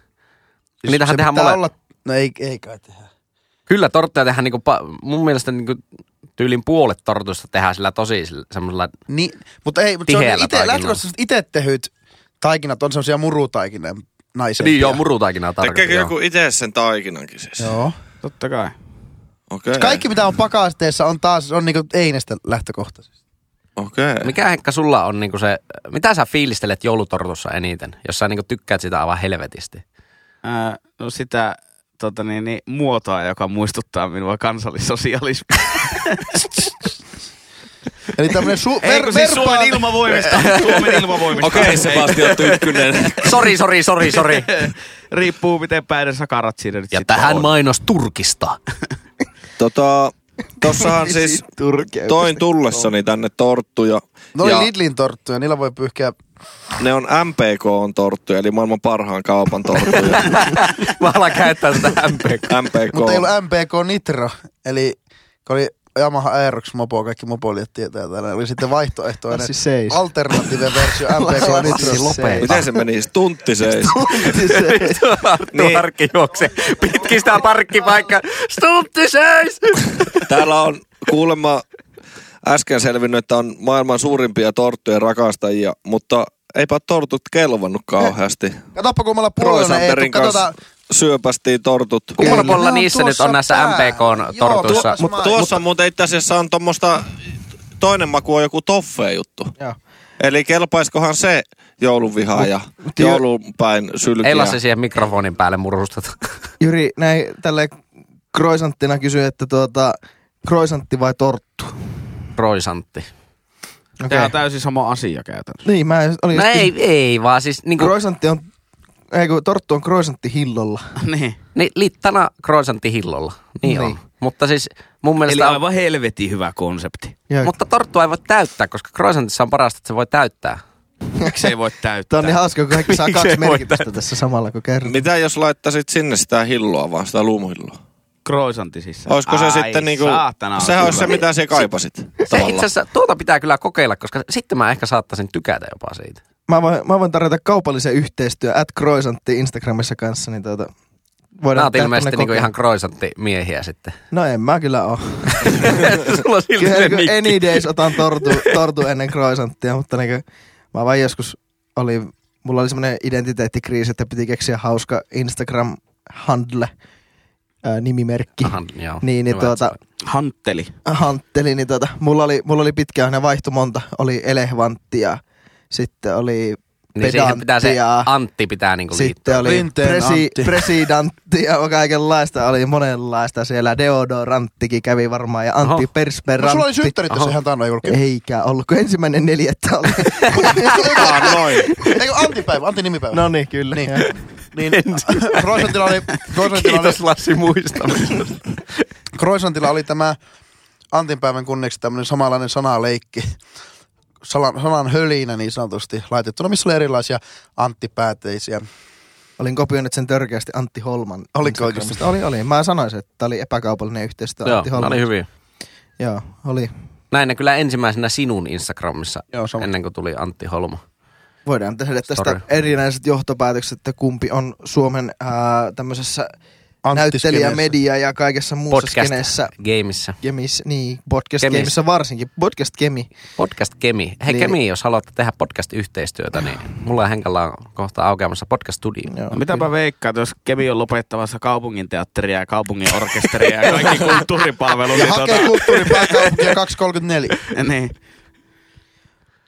Niitähän Se tehdään pitää mole- olla, No ei, ei kai tehdä. Kyllä torttuja tehdään niinku, pa- mun mielestä niinku tyylin puolet tortusta tehdään sillä tosi sillä- semmoisella Niin, mutta ei, mutta se on Tiheällä ite, taikinalla. lähtökohtaisesti itse tehyt taikinat on semmoisia murutaikinan naisia. Niin joo, murutaikinaa Tekeekö tarkoitan. joku itse sen taikinankin siis? Joo. Totta kai. Okei. Kaikki mitä on pakasteessa on taas, on niinku einestä lähtökohtaisesti. Okei. Mikä Henkka sulla on niinku se, mitä sä fiilistelet joulutortussa eniten, jos sä niinku tykkäät sitä aivan helvetisti? Ää, no sitä tota niin, niin, muotoa, joka muistuttaa minua kansallissosialismia. Eli tämmönen su- Ei kun ver- siis Suomen verbaali- ilmavoimista. Suomen ilmavoimista. Okei, Sebastian Tykkynen. Sori, sori, sori, sori. Riippuu miten päiden sakarat siinä nyt Ja sitten tähän on. mainos Turkista. Tota, tossahan siis Turkea. toin tullessani tänne torttuja. No oli ja niin. Lidlin torttuja, niillä voi pyyhkiä Ne on MPK on torttuja, eli maailman parhaan kaupan torttuja. Mä alan käyttää sitä MPK. MPK. Mutta ei ollut MPK Nitro, eli kun oli Yamaha Aerox Mopo, kaikki mopolijat tietää täällä. Oli sitten vaihtoehtoinen Siis Lassi seis. alternatiivinen versio MPK Nitrosta. Miten se meni? Tuntti seis. Arttu niin. Harkki juoksee pitkistä parkkipaikkaa. Stupti seis! Täällä on kuulemma äsken selvinnyt, että on maailman suurimpia torttujen rakastajia, mutta eipä tortut kelvannut kauheasti. Katoppa kummalla puolella ne Roisanderin ei kanssa Katsotaan. syöpästiin tortut. Kummalla Ne puolella on niissä nyt tuossa on näissä päällä. MPKn Joo, tortuissa? tuossa mä- Tuossa muuten itse asiassa on tuommoista, toinen maku on joku toffee juttu. Joo. Eli kelpaiskohan se joulunvihaa ja joulunpäin Ei sylkiä. lasse siihen mikrofonin päälle murusteta. Jyri, näin tälleen kroisanttina kysyy, että tuota, kroisantti vai torttu? Roisantti. Tämä on täysin sama asia käytännössä. Niin, mä olin No just- ei, ei vaan siis niinku, Kroisantti on, ei kun torttu on kroisantti hillolla. niin. niin, littana kroisantti hillolla. Niin, niin, on. Mutta siis mun Eli mielestä... on- aivan helvetin hyvä konsepti. Ja Mutta torttua ei voi täyttää, koska croissantissa on parasta, että se voi täyttää. Miksi ei voi Tämä täyttää? on niin hauska, kun kaikki saa Miksi ei kaksi voi merkitystä tässä samalla, kun kerran. Mitä jos laittaisit sinne sitä hilloa vaan, sitä luumuhilloa? Kroisantti sisään. Olisiko se Ai sitten niinku, saatana, sehän olisi se hyvä. mitä sä kaipasit Se tavallaan. itse asiassa, tuota pitää kyllä kokeilla, koska sitten mä ehkä saattaisin tykätä jopa siitä. Mä voin, mä voin tarjota kaupallisen yhteistyön at croissantti Instagramissa kanssa, niin tuota, Nää voidaan oot tehdä ilmeisesti tämmönen niinku kokeilu. ihan croissantti miehiä sitten. No en mä kyllä oo. Sulla on silti Kyllä se niin kuin mikki. any days otan tortu, tortu ennen croissanttia, mutta niin kuin, mä vaan joskus oli, mulla oli semmoinen identiteettikriisi, että piti keksiä hauska Instagram handle ää, nimimerkki. Aha, joo. Niin, niin Hyvä, tuota, että Hantteli. No hantteli, niin tota, mulla oli, mulla oli pitkään, ne vaihtui monta. Oli elefantti ja sitten oli se- Niin siihen pitää se pedanttia. Antti pitää niinku liittyä. sitten oli Rinteen presi, Antti. presidantti ja kaikenlaista, oli monenlaista siellä. Deodoranttikin kävi varmaan ja Antti Oho. No, Persperantti. sulla oli synttärit tässä ihan taannoin julkinen. Eikä ollut, kun ensimmäinen neljättä oli. Ah, noin. Eikö Antti-päivä, Antti-nimipäivä? no niin, kyllä. Niin. Niin, Croissantilla oli, Croissantilla oli, Kiitos Lassi muistamisesta. Croissantilla oli tämä Antinpäivän kunniaksi tämmöinen samanlainen sanaleikki. Salan, sanan hölinä niin sanotusti laitettuna, missä oli erilaisia anttipääteisiä. Olin kopioinut sen törkeästi Antti Holman. Oliko Instagramista. Oli, oikeasti? oli. Mä sanoisin, että tämä oli epäkaupallinen yhteistyö Joo, Antti nää Holman. oli hyviä. Joo, oli. Näin ne kyllä ensimmäisenä sinun Instagramissa, Joo, sama. ennen kuin tuli Antti Holmo. Voidaan tehdä Story. tästä erinäiset johtopäätökset, että kumpi on Suomen ää, tämmöisessä näyttelijä, Anttiskeneessä. media ja kaikessa muussa Podcast. skeneessä. Gameissa. Kemis, niin, podcast Kemis. Kemissä varsinkin. Podcast Kemi. Podcast Kemi. Hei Niin. Kemi, jos haluatte tehdä podcast-yhteistyötä, niin mulla ja Henkalla on kohta aukeamassa podcast-studio. Joo, No, mitäpä veikkaat, jos Kemi on lopettamassa kaupunginteatteria ja kaupungin orkesteria ja kaikki kulttuuripalvelut. Ja niin, hakee tota, kulttuurin pääkaupunkia 234. niin.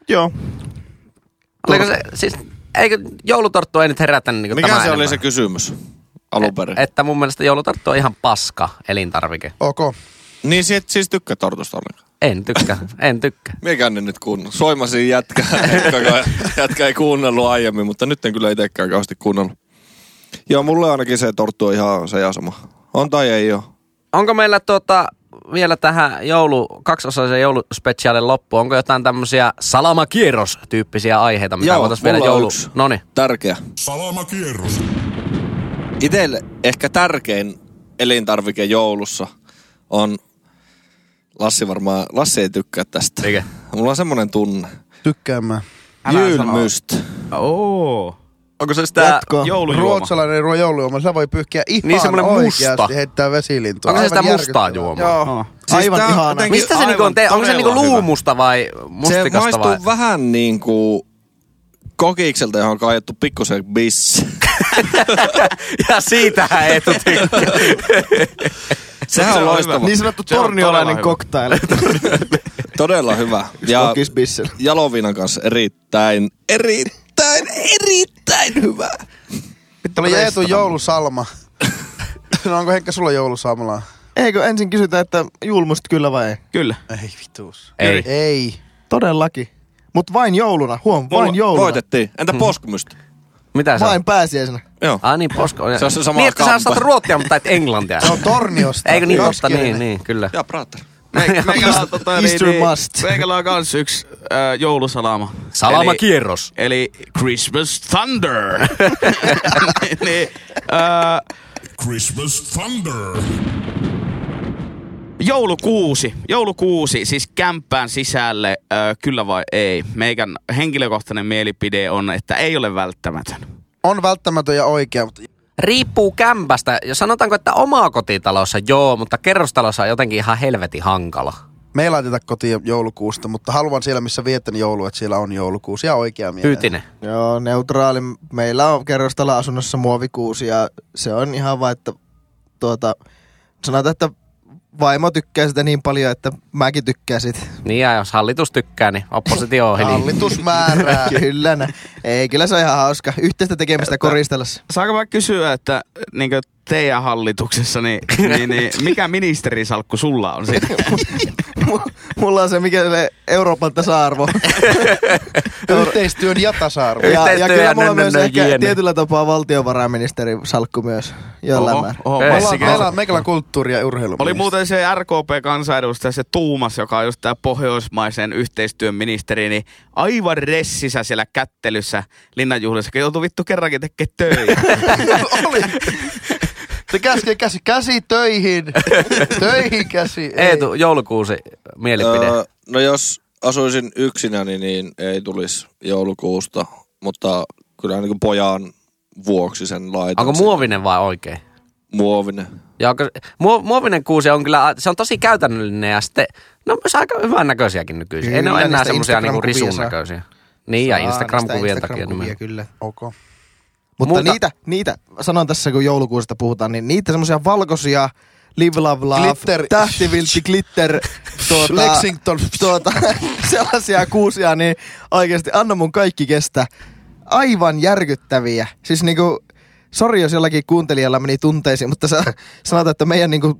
Joo. Oliko se, siis, eikö joulutorttu ei nyt herätä niin Mikä tämä se oli enemmän? se kysymys alun perin? Että mun mielestä joulutorttu on ihan paska elintarvike. Ok. Niin si- et siis tykkää tortusta ollenkaan. En tykkää, en tykkää. Mikä ne nyt kuunnella? Soimasin jätkää, joka- jätkä ei kuunnellut aiemmin, mutta nyt en kyllä itsekään kauheasti kuunnellut. Joo, mulle ainakin se torttu on ihan se ja sama. On tai ei ole. Onko meillä tuota, vielä tähän joulu, kaksiosaisen jouluspesiaalin loppuun, onko jotain tämmöisiä salamakierros-tyyppisiä aiheita, mitä Joo, voitaisiin vielä mulla on joulu... No niin. yksi. Noniin. Tärkeä. Salamakierros. Itelle ehkä tärkein elintarvike joulussa on... Lassi varmaan... Lassi ei tykkää tästä. Mikä? Mulla on semmonen tunne. Tykkäämään. Älä sano. Jylmyst. Oo. Onko se sitä, Jatko. Joulujuoma. Ruotsalainen ruo joulujuoma, sillä voi pyyhkiä ihan Niin, semmonen musta. oikeasti, heittää vesilintua. onko se sitä Aivan mustaa järkyttävää. juomaa? Siis Joo. Aivan tää on ihana. jotenkin- Mistä se niinku on? Te, onko se niinku todella hyvä. luumusta vai mustikasta se maistuu vai? vähän niin kuin kokikselta, johon on kaiettu pikkusen bis. ja siitähän Eetu tykkää. Sehän on loistava. Niin sanottu Se on torniolainen todella hyvä. koktaili. Todella hyvä. Ja Kokisbissel. jaloviinan kanssa erittäin, erittäin, erittäin hyvä. Tämä oli Eetun joulusalma. no onko Henkka sulla joulusalmaa? Eikö ensin kysytä, että julmust kyllä vai ei? Kyllä. Ei vitus. Ei. Ei. Todellakin. Mutta vain jouluna, huom, vain jouluna. Voitettiin. Entä poskmyst? Mitä se on? Vain pääsiäisenä. Joo. Ah niin, posko. Se on se sama Niin, että sä kampa. osaat ruotsia, mutta et englantia. Se on torniosta. Eikö niin totta? Jyväskyläinen. Niin, niin, kyllä. Ja prater. Me, meikällä on, tota, niin, Easter niin, must. meikällä on kans yksi äh, joulusalama. Salamakierros. Eli, eli Christmas Thunder. niin, äh, Christmas Thunder. Joulukuusi, joulukuusi, siis kämppään sisälle, ö, kyllä vai ei. Meikän henkilökohtainen mielipide on, että ei ole välttämätön. On välttämätön ja oikea, mutta Riippuu kämpästä. Ja Sanotaanko, että omaa kotitalossa joo, mutta kerrostalossa on jotenkin ihan helvetin hankala. me ei laiteta kotiin joulukuusta, mutta haluan siellä, missä vietän joulua, että siellä on joulukuusi ja oikea mieleen. Pyytinen. Joo, neutraali. Meillä on kerrostalla asunnossa muovikuusi ja se on ihan vaan, että tuota, sanotaan, että vaimo tykkää sitä niin paljon, että mäkin tykkään sitä. Niin ja jos hallitus tykkää, niin oppositio ohi. niin Hallitus määrää. kyllä, nä. Ei, kyllä se on ihan hauska. Yhteistä tekemistä koristellessa. Saanko mä kysyä, että niin teidän hallituksessa, niin, niin, niin mikä ministerisalkku sulla on sitten? M- mulla on se, mikä se Euroopan tasa-arvo. Yhteistyön ja tasa-arvo. ja, ja Yhteistyö ja kyllä mulla on myös nönnö ehkä jne. tietyllä tapaa valtiovarainministerin salkku myös jollain määrin. oho, Ei, Meillä on- Messikin. Meillä on meikälä kulttuuri ja urheilu. Oli muuten se RKP-kansanedustaja, se Tuumas, joka on just tämä pohjoismaisen yhteistyön ministeri, niin aivan ressissä siellä kättelyssä linnanjuhlissa, kun joutui vittu kerrankin tekemään töitä. Oli. Se käski käsi, käsi töihin. töihin käsi. Eetu, joulukuusi mielipide. Öö, no jos asuisin yksinäni, niin ei tulisi joulukuusta, mutta kyllä niin pojan vuoksi sen laitan. Onko sinne. muovinen vai oikein? Muovinen. Ja onko, muo- muovinen kuusi on kyllä, se on tosi käytännöllinen ja sitten, ne on myös aika hyvän näköisiäkin nykyisin. Ei ne Kyllä, ole enää niistä semmoisia niinku Instagram-kuvia risun saa. näköisiä. Niin ja Aa, Instagram-kuvien niistä takia. Instagram-kuvia, nimenomaan. kyllä. Okay. Mutta Multa- niitä, niitä, sanon tässä kun joulukuusta puhutaan, niin niitä semmoisia valkoisia, live love love, Glitter. tähtiviltti, glitter, tuota, Lexington. tuota, sellaisia kuusia, niin oikeasti anna mun kaikki kestä. Aivan järkyttäviä. Siis niinku, sori jos jollakin kuuntelijalla meni tunteisiin, mutta sä, sanotaan, että meidän niinku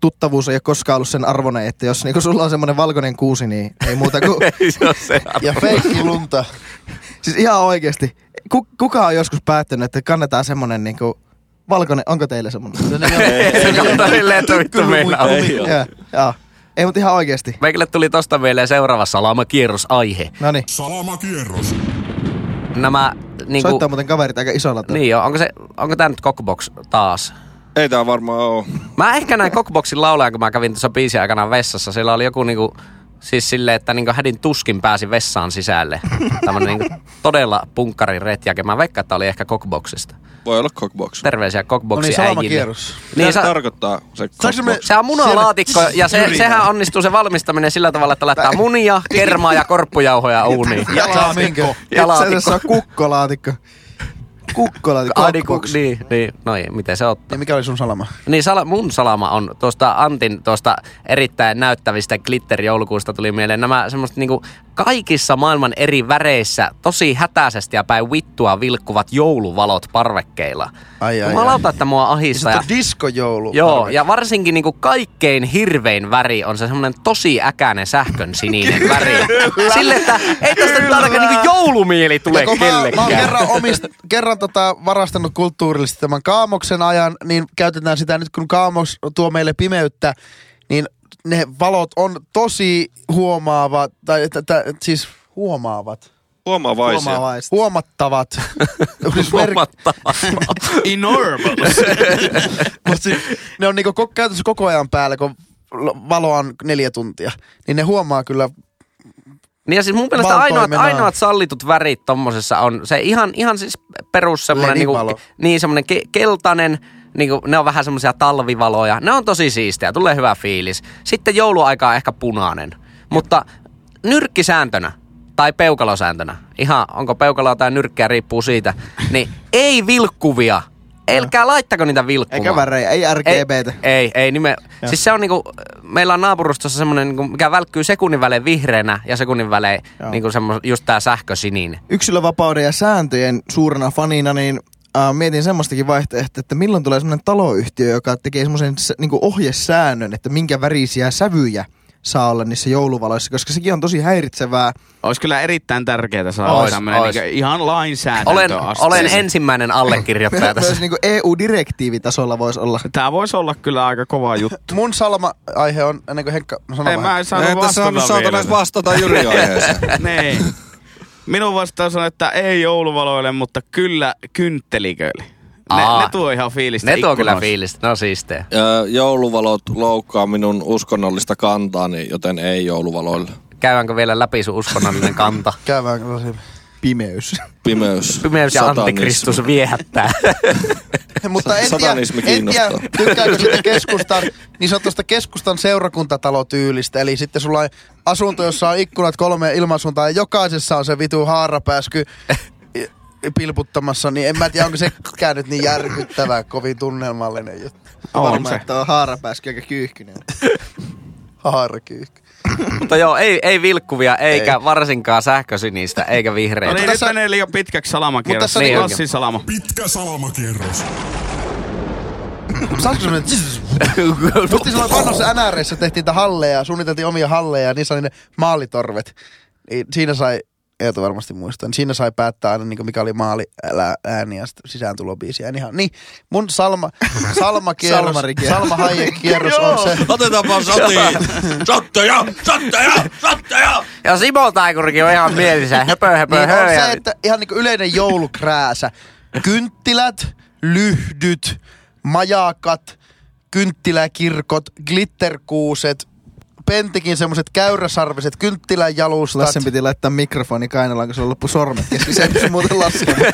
tuttavuus ei ole koskaan ollut sen arvoinen, että jos niinku sulla on semmoinen valkoinen kuusi, niin ei muuta kuin Ei se ole se. Ja feikki lunta. Siis ihan oikeesti. Ku, kuka on joskus päättänyt, että kannetaan semmonen niinku... Valkoinen, onko teillä semmonen? Se kautta silleen, että vittu meillä on. Ei oo. Joo, joo. Ei, mutta ihan oikeesti. Meikille tuli tosta mieleen seuraava salamakierrosaihe. Noniin. Salamakierros. Nämä, Niin niinku, Soittaa muuten kaverit aika isolla niin. niin joo, onko, se, onko tää nyt Cockbox taas? Ei tää varmaan oo. Mä ehkä näin Cockboxin laulaja, kun mä kävin tuossa biisin aikana vessassa. Siellä oli joku niinku, siis silleen, että niinku hädin tuskin pääsi vessaan sisälle. Tämmönen niinku todella punkkarin retjäke. Mä veikkaan, että oli ehkä Cockboxista. Voi olla cockbox. Terveisiä No Cockboxin niin, salama äijille. kierros. Mitä Niin, se sa- tarkoittaa se Saanko me- cockbox? se on munalaatikko ja se, sehän onnistuu se valmistaminen sillä tavalla, että laittaa munia, kermaa ja korppujauhoja uuniin. Ja minkä? Itse Ja asiassa laatikko. on kukkolaatikko. Kukkolaatikko. Ai, niin, kun- Cockbox. niin, niin, no ei, miten se ottaa. Ja mikä oli sun salama? Niin sala, mun salama on tuosta Antin tuosta erittäin näyttävistä glitterjoulukuusta tuli mieleen nämä semmoiset niinku kaikissa maailman eri väreissä tosi hätäisesti ja päin vittua vilkkuvat jouluvalot parvekkeilla. Ai, Siis ai, Jumalauta, että mua ahistaa. Ja, Sitten diskojoulu. joo, ja varsinkin niinku kaikkein hirvein väri on se semmoinen tosi äkäinen sähkön sininen väri. Sille, että ei tästä nyt ainakaan niinku joulumieli tule Ja kun mä, mä kellekään. oon kerran, omist, kerran tota varastanut kulttuurillisesti tämän kaamoksen ajan, niin käytetään sitä nyt, kun kaamos tuo meille pimeyttä, niin ne valot on tosi huomaavat, tai t- t- siis huomaavat, Huomaavaisia. Huomaavaista. huomattavat. Siis merk- Enormous. Mut siis, ne on niinku koko, käytössä koko ajan päällä, kun l- valoa on neljä tuntia, niin ne huomaa kyllä. Niin ja siis mun mielestä Valtoimenaan. ainoat, ainoat sallitut värit tommosessa on se ihan, ihan siis perus semmonen, niinku, Lenivalo. niin semmonen ke, keltainen, niinku, ne on vähän semmoisia talvivaloja. Ne on tosi siistejä, tulee hyvä fiilis. Sitten jouluaika on ehkä punainen, mutta nyrkkisääntönä tai peukalosääntönä, ihan onko peukaloa tai nyrkkiä riippuu siitä, niin ei vilkkuvia. Älkää laittako niitä vilkkumaan. Eikä värejä, ei RGBtä. Ei, ei, ei nime... Siis se on niinku, meillä on naapurustossa semmonen, niinku, mikä välkkyy sekunnin välein vihreänä ja sekunnin välein niinku semmos, just tää sähkösininen. Yksilövapauden ja sääntöjen suurena fanina, niin äh, mietin semmoistakin vaihtoehtoa, että milloin tulee semmoinen taloyhtiö, joka tekee semmoisen niin ohjesäännön, että minkä värisiä sävyjä saa olla niissä jouluvaloissa, koska sekin on tosi häiritsevää. Olisi kyllä erittäin tärkeää saada Ois, ois, tämmönen ois. Niin ihan lainsäädäntö Olen, olen ensimmäinen allekirjoittaja tässä. Myös niin EU-direktiivitasolla voisi olla. Tämä voisi olla kyllä aika kova juttu. Mun salma-aihe on, ennen kuin Henkka sanoo Ei, vähän. mä en saanut Ei tässä vastata saanut saatana edes vielä. vastata Jyri aiheeseen. niin. Minun vastaus on, että ei jouluvaloille, mutta kyllä kyntteliköille. Ne, Aa. ne tuo ihan fiilistä Ne tuo kyllä ikkunoissa. fiilistä, no siistee. Ö, Jouluvalot loukkaa minun uskonnollista kantaani, joten ei jouluvaloille. Käydäänkö vielä läpi sun uskonnollinen kanta? Käydään kyllä siinä. Pimeys. Pimeys. Pimeys ja satanismi. antikristus viehättää. Mutta en tiedä, Satanismi en tiedä, kiinnostaa. tykkääkö sitä keskustan, niin sanotusta keskustan seurakuntatalotyylistä. Eli sitten sulla on asunto, jossa on ikkunat kolme ilmansuuntaa ja jokaisessa on se vitu haarapääsky i- pilputtamassa, niin en mä tiedä, onko se käynyt niin järkyttävää, kovin tunnelmallinen juttu. On Varmaan, se. että on haarapääsky aika kyyhkynen. Haarakyykky. Mutta joo, ei, ei vilkkuvia, eikä varsinkaan sähkösinistä, eikä No vihreitä. niin, nyt tässä- menee liian pitkäksi salamakierros. tässä niin, niinku- Lassin salama. Pitkä salamakerros. Saatko semmonen zzz? Musti silloin vanhassa NRissä tehtiin niitä halleja, suunniteltiin omia halleja ja niissä oli ne maalitorvet. Niin siinä sai, Eetu varmasti muistaa, niin siinä sai päättää aina niin mikä oli maali älä, ääni ja sitten sisääntulobiisi. Ja ihan, niin, mun Salma, Salma kierros, Salmarikierros. Salma Haijek kierros on se. Otetaanpa sotiin. Sotteja, sotteja, sotteja. Ja Simo Taikurikin on ihan mielissään. Höpö, höpö, Niin hö. on ja- se, että ihan niin yleinen joulukrääsä. Kynttilät, lyhdyt, majakat, kynttiläkirkot, glitterkuuset, pentikin semmoset käyräsarviset kynttiläjalustat. Lassen piti laittaa mikrofoni kainalaan, kun se loppu sormet kesken. Se ei pysy muuten laskemaan.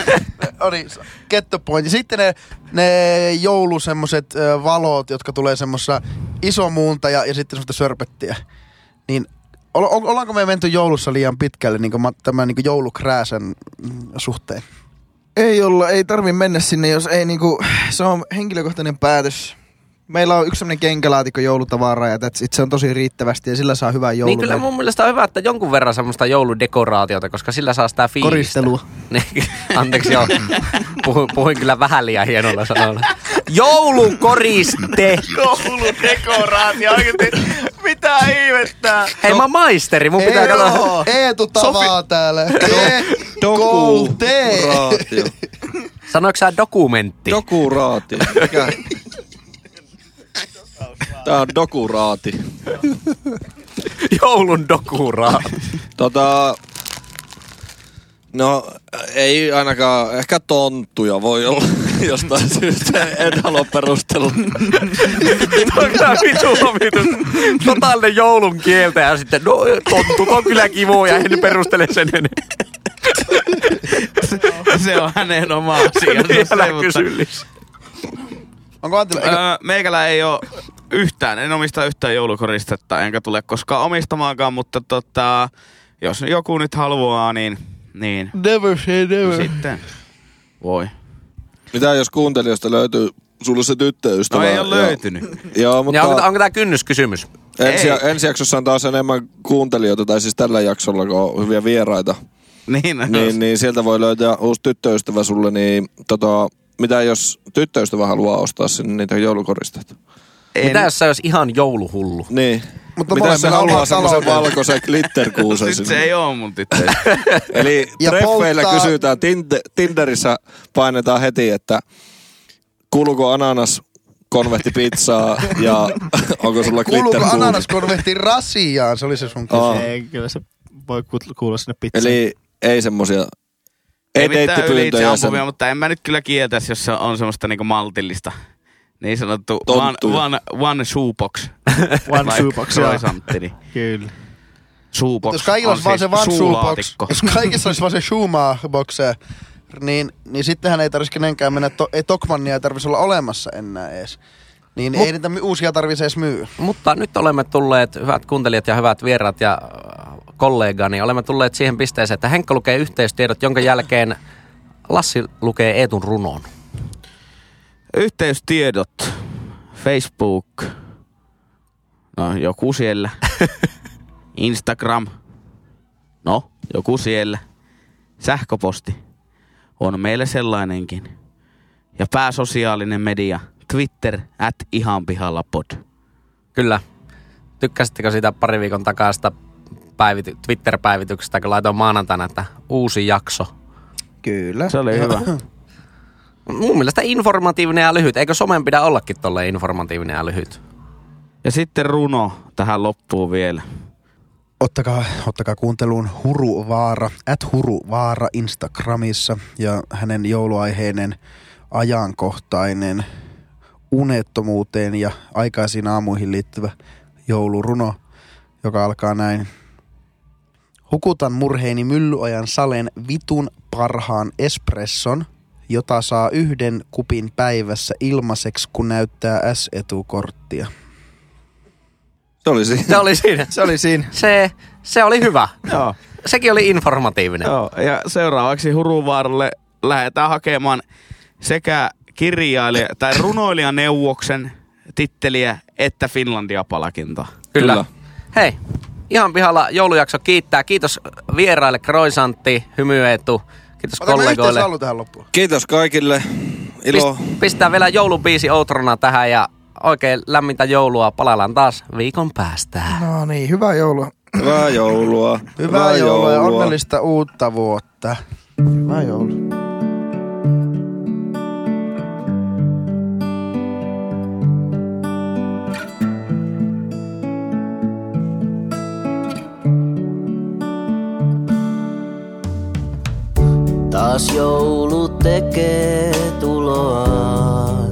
Oli kettopointti. Sitten ne, ne joulu semmoset ö, valot, jotka tulee semmossa isomuunta ja, ja sitten semmoista sörpettiä. Niin o- o- ollaanko me menty joulussa liian pitkälle niin tämän niin joulukrääsän mm, suhteen? Ei olla, ei tarvi mennä sinne, jos ei niinku, se on henkilökohtainen päätös. Meillä on yksi sellainen kenkälaatikko joulutavaraa ja that's it, se on tosi riittävästi ja sillä saa hyvän joulun. Niin kyllä mun mielestä on hyvä, että jonkun verran semmoista jouludekoraatiota, koska sillä saa sitä fiilistä. Koristelua. Niin, anteeksi joo, puhuin, puhuin kyllä vähän liian hienolla sanoilla. Joulukoriste! Jouludekoraatio oikeesti. Mitä ihmettää? Hei mä oon maisteri, mun pitää katsoa. Eetu tavaa täällä. Kolte. Dokuraatio. Sanoitko sä dokumentti? Dokuraatio. Mikä? Tää on dokuraati. Joulun dokuraa. Tota, no ei ainakaan, ehkä tonttuja voi olla jostain syystä. En halua perustella. Toi on kyllä vitu omitus. Totaalinen joulun kieltä ja sitten, no tonttu, on kyllä kivoja, en perustele sen enempää. Se on hänen oma asiansa. se, Älä mutta- kysy lisää. Onko Antilla? Öö, meikälä ei ole yhtään, en omista yhtään joulukoristetta, enkä tule koskaan omistamaankaan, mutta tota, jos joku nyt haluaa, niin, niin Never say never. sitten voi. Mitä jos kuuntelijoista löytyy sulle se tyttöystävä? No ei ole Ja- löytynyt. Joo, mutta... Ja Niin onko, onko tämä kynnyskysymys? Ensi, Ei. ensi jaksossa on taas enemmän kuuntelijoita, tai siis tällä jaksolla, kun on hyviä vieraita. Niin, Niin, niin sieltä voi löytää uusi tyttöystävä sulle, niin tota, mitä jos tyttöystävä haluaa ostaa sinne niitä joulukoristeita? en, Mitä jos sä olisi ihan jouluhullu? Niin. Mutta mitä jos se molemmat haluaa haluaa semmoisen talouden. valkoisen glitterkuusen Nyt se sinne? ei oo mun tyttö. Eli Ja treffeillä polttaa- kysytään, Tinde, Tinderissä painetaan heti, että kuuluuko ananas konvehti pizzaa ja onko sulla Kuuluuko glitterkuusi? ananaskonvehti rasiaan? Se oli se sun Aa. kysymys. Ei, kyllä se voi kuul- kuulla sinne pizzaan. Eli ei semmosia, ei, ei ei mitään ylitse deittipyyntöjä. ampuvia, mutta en mä nyt kyllä kietäisi, jos se on semmoista niinku maltillista. Niin sanottu one, Tonttuja. one, one shoebox. One shoebox, joo. croissantti. Kyllä. Shoebox Jos kaikilla on olisi vaan siis se one shoebox, suulaatikko. jos kaikissa olisi vaan se Schumacher-box, niin, niin sittenhän ei tarvitsisi kenenkään mennä, to, ei Tokmannia ei tarvitsisi olla olemassa enää edes. Niin ei niitä my- uusia tarvitse edes myy. Mutta nyt olemme tulleet, hyvät kuuntelijat ja hyvät vierat ja äh, kollegani, olemme tulleet siihen pisteeseen, että Henkka lukee yhteystiedot, jonka jälkeen Lassi lukee Eetun runon. Yhteystiedot. Facebook. No, joku siellä. Instagram. No, joku siellä. Sähköposti. On meillä sellainenkin. Ja pääsosiaalinen media. Twitter at ihan pihalla pod. Kyllä. Tykkäsittekö sitä pari viikon takaista päivity- Twitter-päivityksestä, kun laitoin maanantaina, että uusi jakso? Kyllä. Se oli hyvä. Mun mielestä informatiivinen ja lyhyt. Eikö somen pidä ollakin tolle informatiivinen ja lyhyt? Ja sitten runo tähän loppuun vielä. Ottakaa, ottakaa kuunteluun Huruvaara, at Huruvaara Instagramissa ja hänen jouluaiheinen ajankohtainen unettomuuteen ja aikaisiin aamuihin liittyvä jouluruno, joka alkaa näin. Hukutan murheeni myllyajan salen vitun parhaan espresson, jota saa yhden kupin päivässä ilmaiseksi, kun näyttää S-etukorttia. Se oli siinä. Se oli siinä. Se oli siinä. Se, se oli hyvä. Joo. Sekin oli informatiivinen. Joo, ja seuraavaksi Huruvaaralle lähdetään hakemaan sekä kirjailija tai runoilijaneuvoksen titteliä että Finlandia-palkinta. Kyllä. Kyllä. Hei, ihan pihalla joulujakso kiittää. Kiitos vieraille Kroisantti, Hymyetu. Kiitos Otamme kollegoille. yhteisalu tähän loppuun. Kiitos kaikille. Ilo. Pist, pistää vielä joulubiisi outrona tähän ja oikein lämmintä joulua. Palaillaan taas viikon päästä. No niin, hyvää joulua. Hyvää joulua. Hyvää joulua ja onnellista uutta vuotta. Hyvää joulua. Taas joulu tekee tuloaan.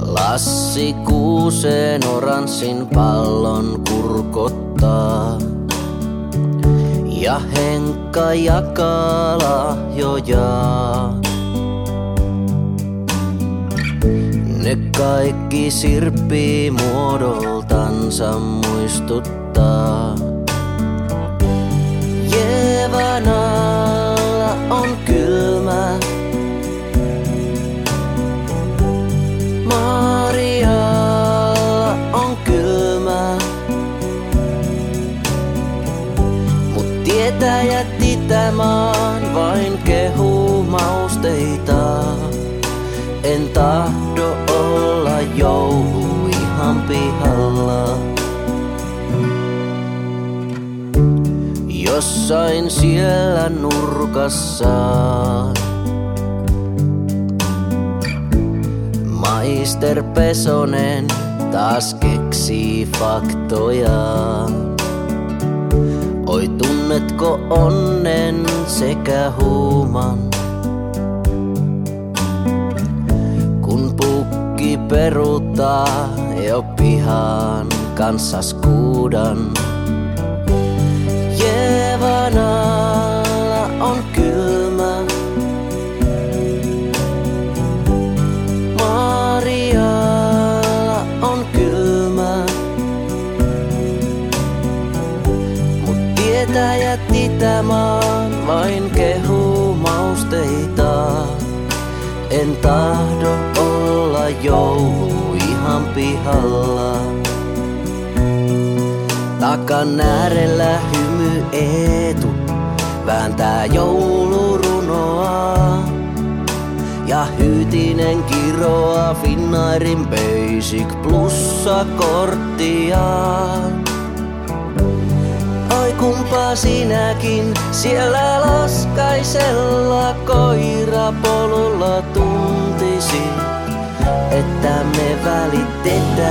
Lassi kuuseen oranssin pallon kurkottaa. Ja Henkka jakaa lahjojaan. Ne kaikki sirppii muodoltansa muistuttaa. Jeevan alla on kylmä. Marialla on kylmä. Mut tietäjät itämaan vain kehuu mausteita. En tahdo olla joulu ihan pihalla. jossain siellä nurkassa. Maister Pesonen taas keksii faktoja. Oi tunnetko onnen sekä huuman? Kun pukki peruuttaa jo pihan kanssa skuudan. Jeevan alla on kylmä. Marialla on kylmä. Mut tietäjät itämaan vain kehuu mausteita. En tahdo olla joulu ihan pihalla. Takan äärellä hymy etu vääntää joulurunoa. Ja hyytinen kiroa Finnairin Basic plussa korttiaan. Oi kumpa sinäkin siellä laskaisella koirapolulla tuntisit, että me välitetään.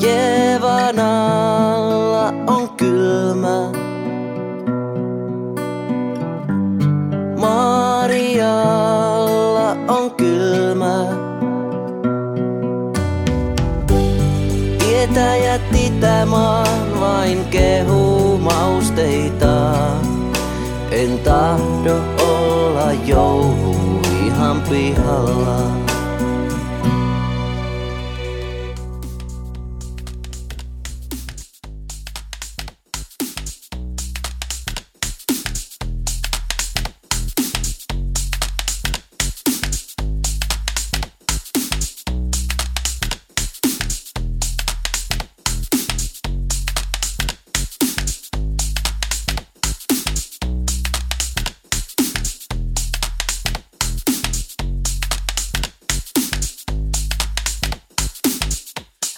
Jeevan alla on kylmä. Marialla on kylmä. Tietäjät itämaan vain kehuu mausteita. En tahdo olla joulu ihan pihalla.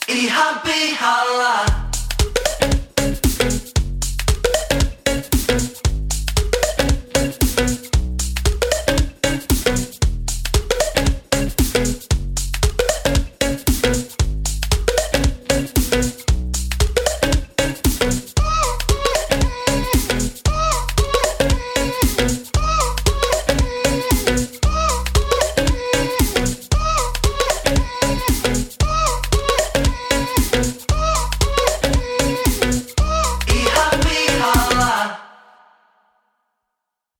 ihan pihalla.